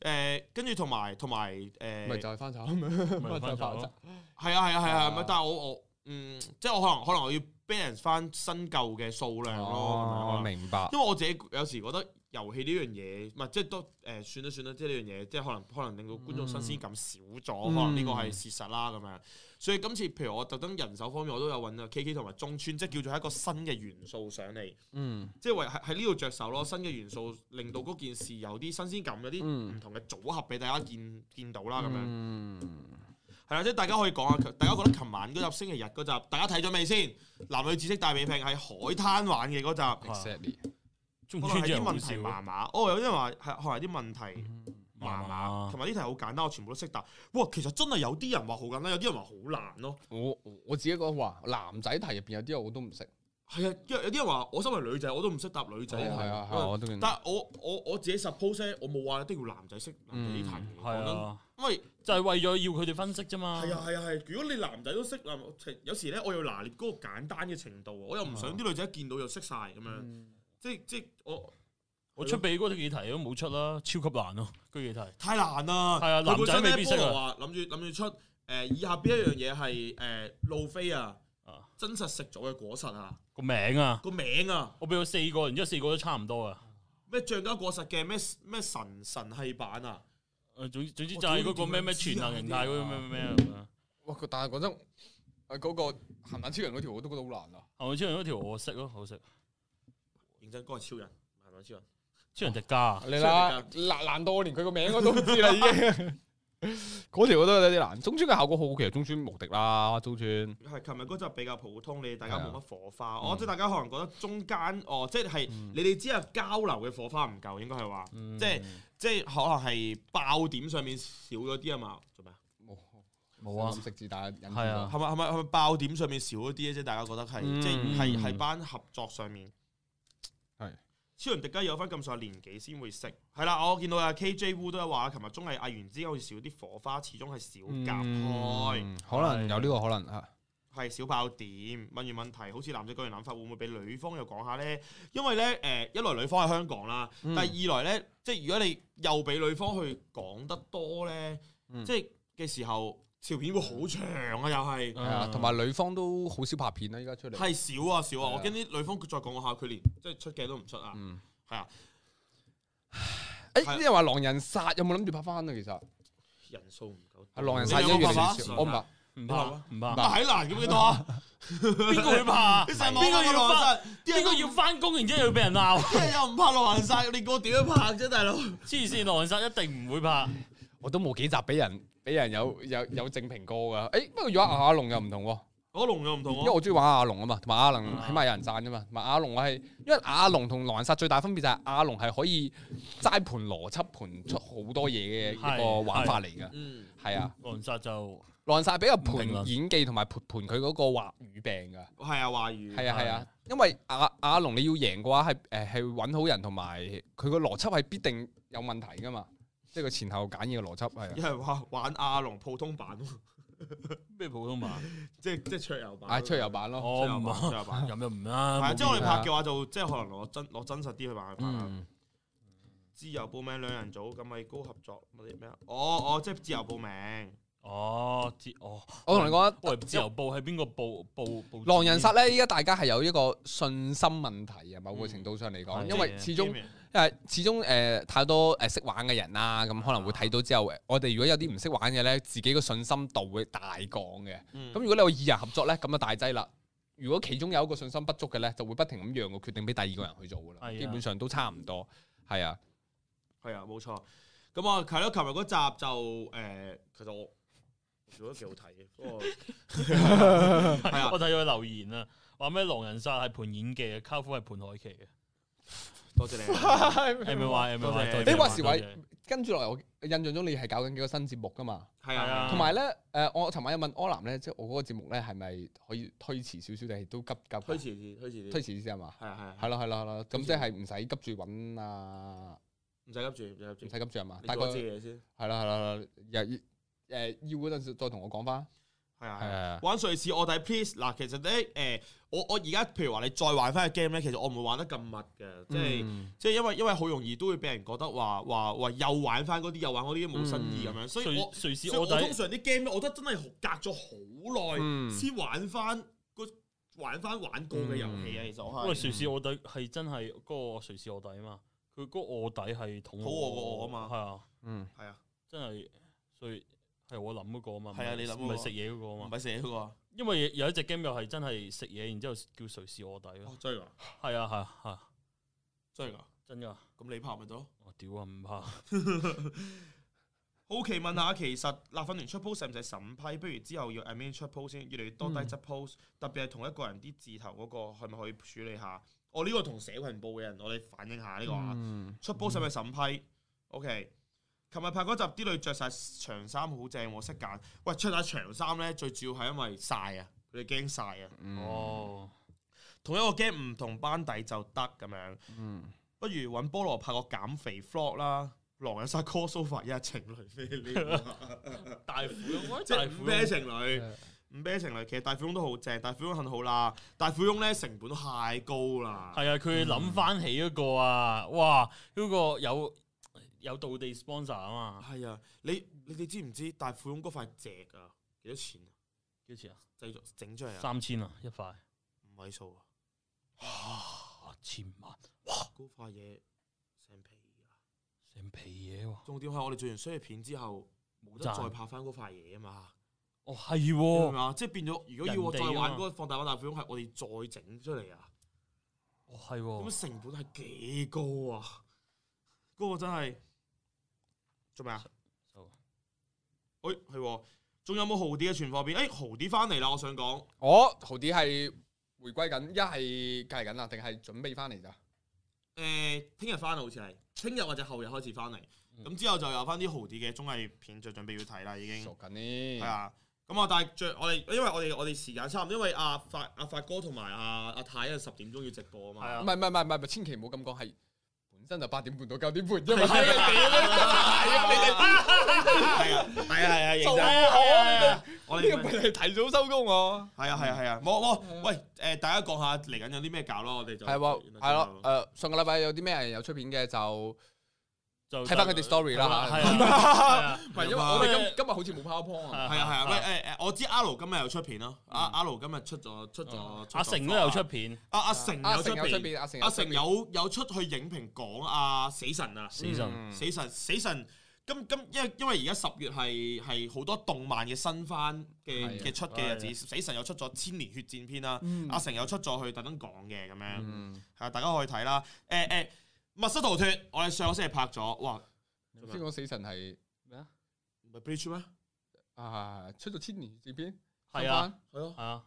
B: 誒，跟住同埋同埋誒，
C: 嗯咪
B: 係
C: 就係翻炒咁樣， 咪就係翻炒。
B: 啊係啊係啊，咪、
C: 啊
B: 但係我我嗯，即係我可能可能我要 balance 翻新舊嘅數量咯，咁樣可
C: 哦
B: 能
C: 明白。
B: 因為我自己有時覺得遊戲呢樣嘢，唔係即係都誒、呃算啦算啦，即係呢樣嘢，即係可能可能令到觀眾新鮮感少咗，
C: 嗯
B: 可能呢個係事實啦咁樣。所以今次譬如我特登人手方面，我都有揾啊 K K 同埋中村，即係叫做係一個新嘅元素上嚟，
C: 嗯
B: 即係為喺喺呢度着手咯，新嘅元素令到嗰件事有啲新鮮感，有啲
C: 嗯
B: 唔同嘅組合俾大家見見到啦咁樣。
C: 嗯，
B: 係啦，即係大家可以講下，大家覺得琴晚嗰集星期日嗰集，大家睇咗未先？男女知識大比拼喺海灘玩嘅嗰集。
C: exactly。
A: 中
B: 可能
A: 村
B: 係
A: 真係
B: 啲
A: 好
B: 問題麻
A: 少，
B: 麻，哦，有啲人話係可能係啲問題
C: 嗯
B: 麻麻，
A: 嗯麻
B: 同埋呢題好簡單，我全部都識答。哇，其實真係有啲人話好簡單，有啲人話好難咯。
C: 我我自己覺得話男仔題入邊有啲我都唔識。
B: 係啊，因為有啲人話我身為女仔，我都唔識答女仔。哦
C: 係啊係啊，我都
A: 嗯
C: 見。
B: 但係我我我自己 suppose 咧，我冇話一定要男仔識男仔呢題嘅。
A: 嗯係
B: 講真，
A: 啊，
B: 因為
A: 就係為咗要佢哋分析啫嘛。
B: 係啊係啊係。如果你男仔都識啊，有時咧我又拿捏嗰個簡單嘅程度，啊我又唔
A: 啊
B: 想啲女仔一見到就識晒咁樣。
C: 嗯
B: 即係即係我
A: 嗯我出俾嗰幾題都冇出啦，超級難咯，嗰幾題。
B: 太難啦。
A: 係啊，男仔未必識
B: 佢本身咧菠
A: 啊。
B: 蘿話諗住諗住出誒、呃以下邊一樣嘢係誒路飛啊
A: 啊，
B: 真實食咗嘅果實啊，
A: 個名啊，
B: 個名啊，
A: 我俾咗四個，然之後四個都差唔多啊。
B: 咩橡膠果實嘅咩咩神神系版啊，
A: 誒，總之總之就係嗰個咩咩全能形態嗰個咩咩咩啊咁啊。
C: 哇！但係講真，誒嗰個鹹蛋超人嗰條我都覺得好難啊。
A: 後面超人嗰條我識咯，好識。
B: 認真嗰係超人，係咪超人？
A: 超人迪迦啊，
C: 你啦，難難到我連佢個名我都唔知啦已經。 嗰條我都覺得有啲難。中村嘅效果好，其實中村無敵啦，中村。
B: 係琴日嗰集比較普通，你哋大家
C: 係啊
B: 冇乜火花，哦，即係大家可能覺得中間哦，即係
C: 嗯
B: 你哋只係交流嘅火花唔夠，應該係話，
A: 嗯
B: 即係即係可能係爆點上面少咗啲啊嘛，做咩啊？
C: 冇
A: 冇啊，
C: 食字打引子
A: 係啊
B: 係咪係咪係咪爆點上面少咗啲咧？即係大家覺得係，
C: 嗯
B: 即係係係班合作上面
C: 係
B: 超人迪加有翻咁上下年紀先會識，係啦。我見到阿 KJ Wu 都有話，琴日綜藝藝員之間好似少啲火花，始終係少夾開，
C: 嗯可能有呢個可能啊。
B: 係少爆點。問完問題，好似男仔講完諗法，會唔會俾女方又講下呢？因為呢，誒、一來女方喺香港啦，
C: 嗯
B: 但係二來呢，即係如果你又俾女方去講得多呢，
C: 嗯
B: 即係嘅時候，條片會好長啊，又係。
C: 係啊，同埋女方都好少拍片啦，依家出嚟。
B: 係少啊少啊！
C: 係啊
B: 我驚啲女方再講下，佢連即係出鏡都唔出啊！
C: 嗯，
B: 係啊，
C: 誒，
B: 係
C: 啲人話狼人殺有冇諗住拍翻啊？其實
B: 人數唔夠。
C: 係狼人殺已
B: 你有
C: 經越
B: 冇
C: 嚟
B: 辦法
C: 越少，我唔拍。
A: 唔怕
B: 怕啊
A: 唔怕，
C: 嗱
B: 喺難咁幾多 啊？
A: 邊個會 怕？
B: 你成日
A: 邊個要
B: 拍
A: 翻？？
B: 啲
A: 邊
B: 人
A: 個要翻工，然之後要俾人 鬧？
B: 啲人又唔拍狼人殺，你個點樣拍啫，大佬？
A: 黐線，狼人殺一定唔會怕。
C: 我都冇幾集俾人俾人有有有正評過㗎。誒，不過如果啊阿龍又唔同喎，
B: 我龍又唔同
C: 因為
B: 喎，
C: 我中意玩阿龍啊嘛，同埋阿龍
A: 啊
C: 起碼有人讚啫嘛。同埋阿龍我係因為阿龍同狼人殺最大分別就係阿龍係可以齋盤邏輯盤出好多嘢嘅一個
A: 係
C: 玩法嚟㗎。
B: 嗯，
C: 係啊，
A: 狼人殺就
C: 狼人殺比較
A: 唔評
C: 盤
A: 論
C: 演技同埋盤盤佢嗰個話語病㗎。
B: 係啊，華語
C: 係啊係啊，因為阿阿龍你要贏嘅話係誒係揾好人同埋佢個邏輯係必定
B: 嗯
C: 有問題噶嘛，即係佢前後揀嘢嘅邏輯係啊。
B: 有人話玩阿龍普通版喎，
A: 咩普通話？
B: 即即桌遊版，
C: 嗌出油版咯。
A: 我
B: 桌遊
A: 唔
B: 版，
A: 係
B: 桌 遊 版。
A: 咁又唔
B: 係啊，
A: 啱。
B: 即係我哋拍嘅話就即係可能攞真攞真實啲去玩去拍啦。
C: 嗯，
B: 自由報名兩人組，咁咪高合作乜嘢咩啊？哦哦，即係自由報名。
A: 哦，知哦，
C: 我同你啊講，
A: 喂，自由報係邊個報報報？
C: 狼人殺咧，依家大家係有一個信心問題啊，某個程度上嚟講，
A: 嗯
C: 因為
A: 係
C: 始終。
B: Game
C: 因為始終誒、呃太多誒識、玩嘅人啦，咁可能會睇到之後，我哋如果有啲唔識玩嘅咧，自己個信心度會大降嘅。
B: 嗯
C: 咁如果你有二人合作咧，咁就大劑啦。如果其中有一個信心不足嘅咧，就會不停咁讓個決定俾第二個人去做噶啦。
A: 係啊
C: 基本上都差唔多，係啊，
B: 係啊，冇錯。咁啊，係咯，琴日嗰集就誒、呃其實我我覺得幾好睇嘅，不過 係啊，
A: 我睇咗佢留言啊，話咩狼人殺係盤演技嘅，卡夫係盤海啊琪 嘅。
B: 多謝 你。啊
A: M Y Y M
B: 多
A: Y
B: 謝
A: Y，
C: 你話時話跟住落嚟，我印象中你係搞緊幾個新節目噶嘛？
B: 係
A: 係啊
B: 啊，
C: 同埋咧，誒、我尋晚有問柯南咧，即係我嗰個節目咧係咪可以推遲少少定係都急急
B: 推遲啲，推遲啲，
C: 推遲先係嘛？
B: 係啊係
C: 係
B: 啊，
C: 咯係咯係咯，咁
B: 好
C: 即
B: 似
C: 係唔使急住揾啊，
B: 唔使急住，唔使急
C: 唔
B: 住，
C: 使急住係嘛？
B: 你
C: 大
B: 做
C: 概
B: 咗自己嘢
C: 係啦
B: 先。
C: 係啦係啦，又誒要嗰陣時再同我講翻。
B: 係啊
C: 係
B: 係啊。
C: 啊，
B: 玩瑞士卧底 please 嗱，其實咧誒、我我而家譬如話你再玩翻個 game 咧，其實我唔會玩得咁密嘅，即
A: 嗯
B: 係、
C: 嗯
B: 即係因為因為好容易都會俾人覺得話話話又玩翻嗰啲，又玩嗰啲冇新意咁樣，所以我
A: 嗯瑞瑞士
B: 所以
A: 卧
B: 我通
A: 底
B: 常啲 game 咧，我覺得真係隔咗好
C: 嗯
B: 耐先玩翻個玩翻玩過嘅遊戲啊，其
A: 因為
B: 實我係
A: 嗯瑞士卧底係真係嗰個瑞士卧底啊嘛，佢嗰個卧底係捅
B: 肚餓過我啊嘛
A: 係啊，
C: 嗯，
B: 係啊，
A: 真係所以係我諗嗰個啊嘛，
B: 係啊
A: 唔係
B: 你諗嗰個
A: 唔係食嘢嗰個
B: 唔
A: 啊嘛，
B: 係寫嗰個啊，
A: 因為有一隻 game 又係真係食嘢，然之後叫瑞士卧底咯，
B: 真係㗎，
A: 係啊係啊係啊，
B: 真係㗎，
A: 真噶，
B: 啊咁你拍咪得咯？
A: 我屌啊唔怕，
B: 好奇問下，其實立法聯出 post 使唔使審批？不如之後要 admin 出 post 先，越嚟越多低質 post，、特別係同一個人啲字頭嗰、個，係咪可以處理下？我呢、個同社群部嘅人，我哋反映下呢、個啊。
C: 嗯
B: 出 post 使唔使審批？OK。琴日拍嗰集啲女着晒長衫好正喎，識揀。喂，着晒長衫咧，最主要係因為晒啊，佢哋驚晒啊。
C: 嗯
A: 哦，
B: 同一個 game 唔同班底就得咁樣。
C: 嗯，
B: 不如揾菠蘿拍個減肥 vlog 啦，狼人殺 crossover 一日情侶咩料啊？
A: 大富翁，喂
B: 即
A: 大
B: 係
A: 富
B: 唔
A: 翁
B: 啤情侶，唔啤情侶。其實大富翁都好正，大富翁很好啦。大富翁咧成本都太高啦，
A: 係啊，佢諗翻起嗰個啊，哇，嗰個有有道地 sponsor 啊嘛，
B: 係啊。你你哋知唔知大富翁嗰塊石啊幾多錢啊？
A: 幾多錢啊？
B: 製作整出嚟啊，
A: 三千啊，一塊，
B: 五位數啊，
A: 哇，千萬
B: 嗰塊嘢成皮啊。
A: 成皮嘢喎，
B: 重點係我哋做完商業片之後，冇
A: 冇
B: 得再
A: 賺，
B: 拍翻嗰塊嘢啊嘛。
A: 哦係
B: 你明唔
A: 喎，
B: 明啊？即係變咗，如果要我再
A: 人哋啊
B: 玩
A: 嘛
B: 嗰個放大版大富翁，係我哋再整出嚟啊。
A: 哦係
B: 咁
A: 喎，
B: 成本係幾高啊？嗰、個真係做咩啊？
A: 收
B: 誒係喎，仲有冇豪啲嘅存貨片？誒、豪啲翻嚟啦！我想講，
C: 我豪啲係回歸緊，一係計緊啦，定係準備翻嚟咋？
B: 誒聽日啊翻啦，好似係聽日或者後日開始翻嚟。咁、
A: 嗯
B: 之後就有翻啲豪啲嘅綜藝片就準備要睇啦，已經
C: 熟緊呢
B: 嗯係，啊。咁啊，但係着我哋，因為我哋我哋時間差唔多，因為阿發阿發哥同埋阿阿太啊十點鐘要直播啊嘛。
A: 係啊
C: 唔係唔係唔係唔係，千祈唔好咁講，係本身就八點半到九點半啫嘛。
B: 係啊
C: 係啊，你
B: 係啊，係啊，係啊，認
C: 做咩
B: 真。
C: 啊
B: 我
C: 哋呢個
B: 哋
C: 咪係提早收工喎。
B: 係啊係啊係啊，冇冇喂誒，大家講下嚟緊有啲咩搞咯，我哋就
C: 係喎，係咯，誒上個禮拜有啲咩人有出片嘅就
A: 就
C: 睇翻佢哋 story 啦嚇
A: 係啊係啊，
C: 唔係因為我哋今今日好似冇 PowerPoint 啊，
B: 係啊係啊，
A: 啊
B: 喂誒誒，我知阿盧今日有出片咯，阿阿盧今日出咗出咗，
A: 阿成都有出，片，
B: 阿阿成
C: 阿
B: 有
C: 成
B: 出
C: 有出
B: 片，
C: 片，阿成
B: 阿
C: 出
B: 成
C: 片
B: 有有出去影評講阿死神啊，
A: 死神
C: 嗯
B: 死神死神。咁咁，因為因為而家十月係係好多動漫嘅新番嘅
C: 係啊
B: 嘅出嘅日
A: 係
B: 子，死神有出咗《千年血戰篇》啦，
C: 嗯
B: 阿成有出咗去特登講嘅咁樣。
C: 嗯
B: 係啊，大家可以睇啦。誒誒，密室逃脱，我哋上個星期拍咗，哇，
C: 頭先講死神係
A: 咩啊？
B: 唔係 Bleach 咩？
C: 啊出咗千年呢邊
A: 係啊，
B: 係啊，
A: 係啊，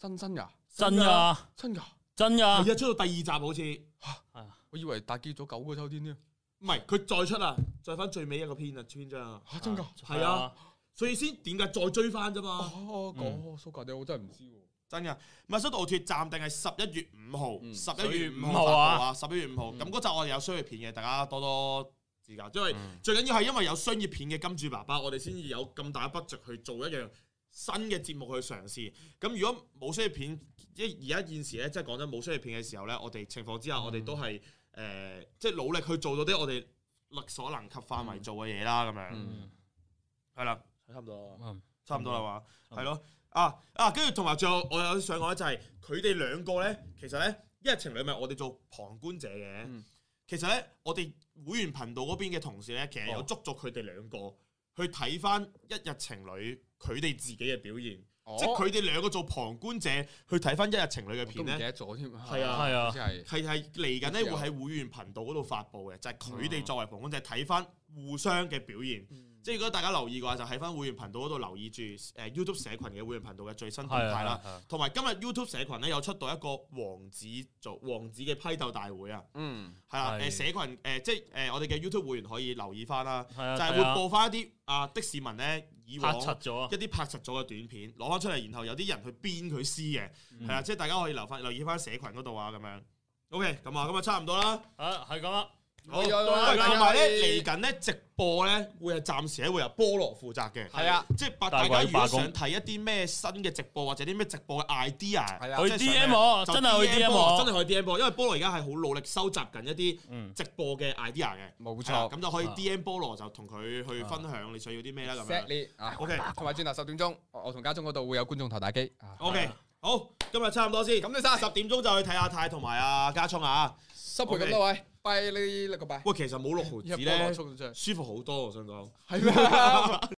C: 新真㗎
A: 真噶
C: 真㗎，
A: 真噶，
B: 係啊，出到第二集好似，
C: 我以為打劫咗九個秋天添
B: 唔係佢再出啊，再翻最尾一個篇啊，篇章啊，
C: 嚇真㗎，
B: 係啊，所以先點解再追翻啫嘛？
C: 哦
A: 嗯
C: 講蘇格仔我真係唔知喎，
B: 真噶，密室逃脱暫定係十一月五號，
C: 嗯
B: 十一月
A: 11
B: 五
A: 五
B: 號
A: 號
B: 發
A: 啊
B: 布啊，十一月五號。
C: 嗯
B: 咁嗰集我哋有商業片嘅，大家多多資格，因為
A: 嗯
B: 最緊要係因為有商業片嘅金主爸爸，我哋先至有咁大 budget 去做一樣新嘅節目去嘗試。咁如果冇商業片，即而家現時咧，即係講真冇商業片嘅時候咧，我哋情況之下，我哋都係誒、呃即係努力去做到啲我哋力所能及範圍做嘅嘢啦，咁樣
A: 嗯
B: 係啦，差唔多，
A: 嗯
B: 差唔多啦嘛，
A: 差唔
B: 係
A: 多
B: 咯，啊啊，跟住同埋最後我有想講咧，就係佢哋兩個咧，其實咧，因為情侶咪我哋做旁觀者嘅。
C: 嗯
B: 其實咧，我哋會員頻道嗰邊嘅同事咧，其實有
A: 哦
B: 捉咗佢哋兩個去睇翻一日情侶佢哋自己嘅表現，即係
C: 哦
B: 佢哋兩個做旁觀者去睇翻一日情侶嘅
C: 我都
B: 片
C: 唔記
B: 咧，
C: 得咗添，
B: 係啊
A: 係啊
C: 即係
B: 係係嚟緊咧
C: 有
B: 會喺會員頻道嗰度發布嘅，就係佢哋
A: 嗯
B: 作為旁觀者睇翻互相嘅表現。即係如果大家留意嘅話，就喺翻會員頻道嗰度留意住誒 YouTube 社群嘅會員頻道嘅最新動
A: 係
B: 態
A: 啦
B: 啦。，同埋今日 YouTube 社群咧有出到一個王子做王子嘅批鬥大會啊！
C: 嗯
B: 係啦，
A: 係
B: 誒社群誒、即係誒、我哋嘅 YouTube 會員可以留意翻啦，
A: 係啊，
B: 就
A: 係
B: 係會播翻一啲啊的市民咧以
A: 拍
B: 往
A: 柒咗啊
B: 一，啲拍實咗嘅短片攞翻出嚟，然後有啲人去編佢詩嘅，
A: 嗯
B: 係啊啦，即係大家可以留翻留意翻社群嗰度啊咁樣。OK，咁啊，咁啊差唔多啦。
A: 啊係咁啦，
B: 好，
C: 喂
B: 喂
C: 喂喂
B: 同埋咧嚟
C: 喂
B: 緊咧直播咧會係暫時咧會由菠蘿負責嘅，
C: 係啊，
B: 即係大
A: 大
B: 大家
A: 鬼
B: 如果
A: 罷工
B: 想睇一啲咩新嘅直播或者啲咩直播嘅 idea，
C: 係啊
A: 去
B: 即係
A: D
B: 上
A: M
B: 嚟
A: 我，
B: 就
A: 真係去 D M
B: 菠蘿
A: 我，
B: 真係去 DM 菠蘿，因為菠蘿而家係好努力收集緊一啲。
A: 嗯，
B: 直播嘅 idea 嘅，
C: 冇
B: 係啦
C: 錯
B: 咁就可以
A: 啊
B: DM 菠蘿就同佢去分享你想要啲咩啦咁樣。
C: ，exactly 啊
B: OK
C: 同埋轉頭十點鐘，我我同家中嗰度會有觀眾投打機啊
B: OK，好，今日差唔多先，
C: 咁你晒
B: 十點鐘就去睇阿泰同埋阿家聰啊。
C: 收陪咁多位，拜呢呢個拜，
B: 喂，其實冇六毫子
C: 一波
B: 咧
C: 攞，速到最
B: 舒服好多，我想講。
C: 係咩？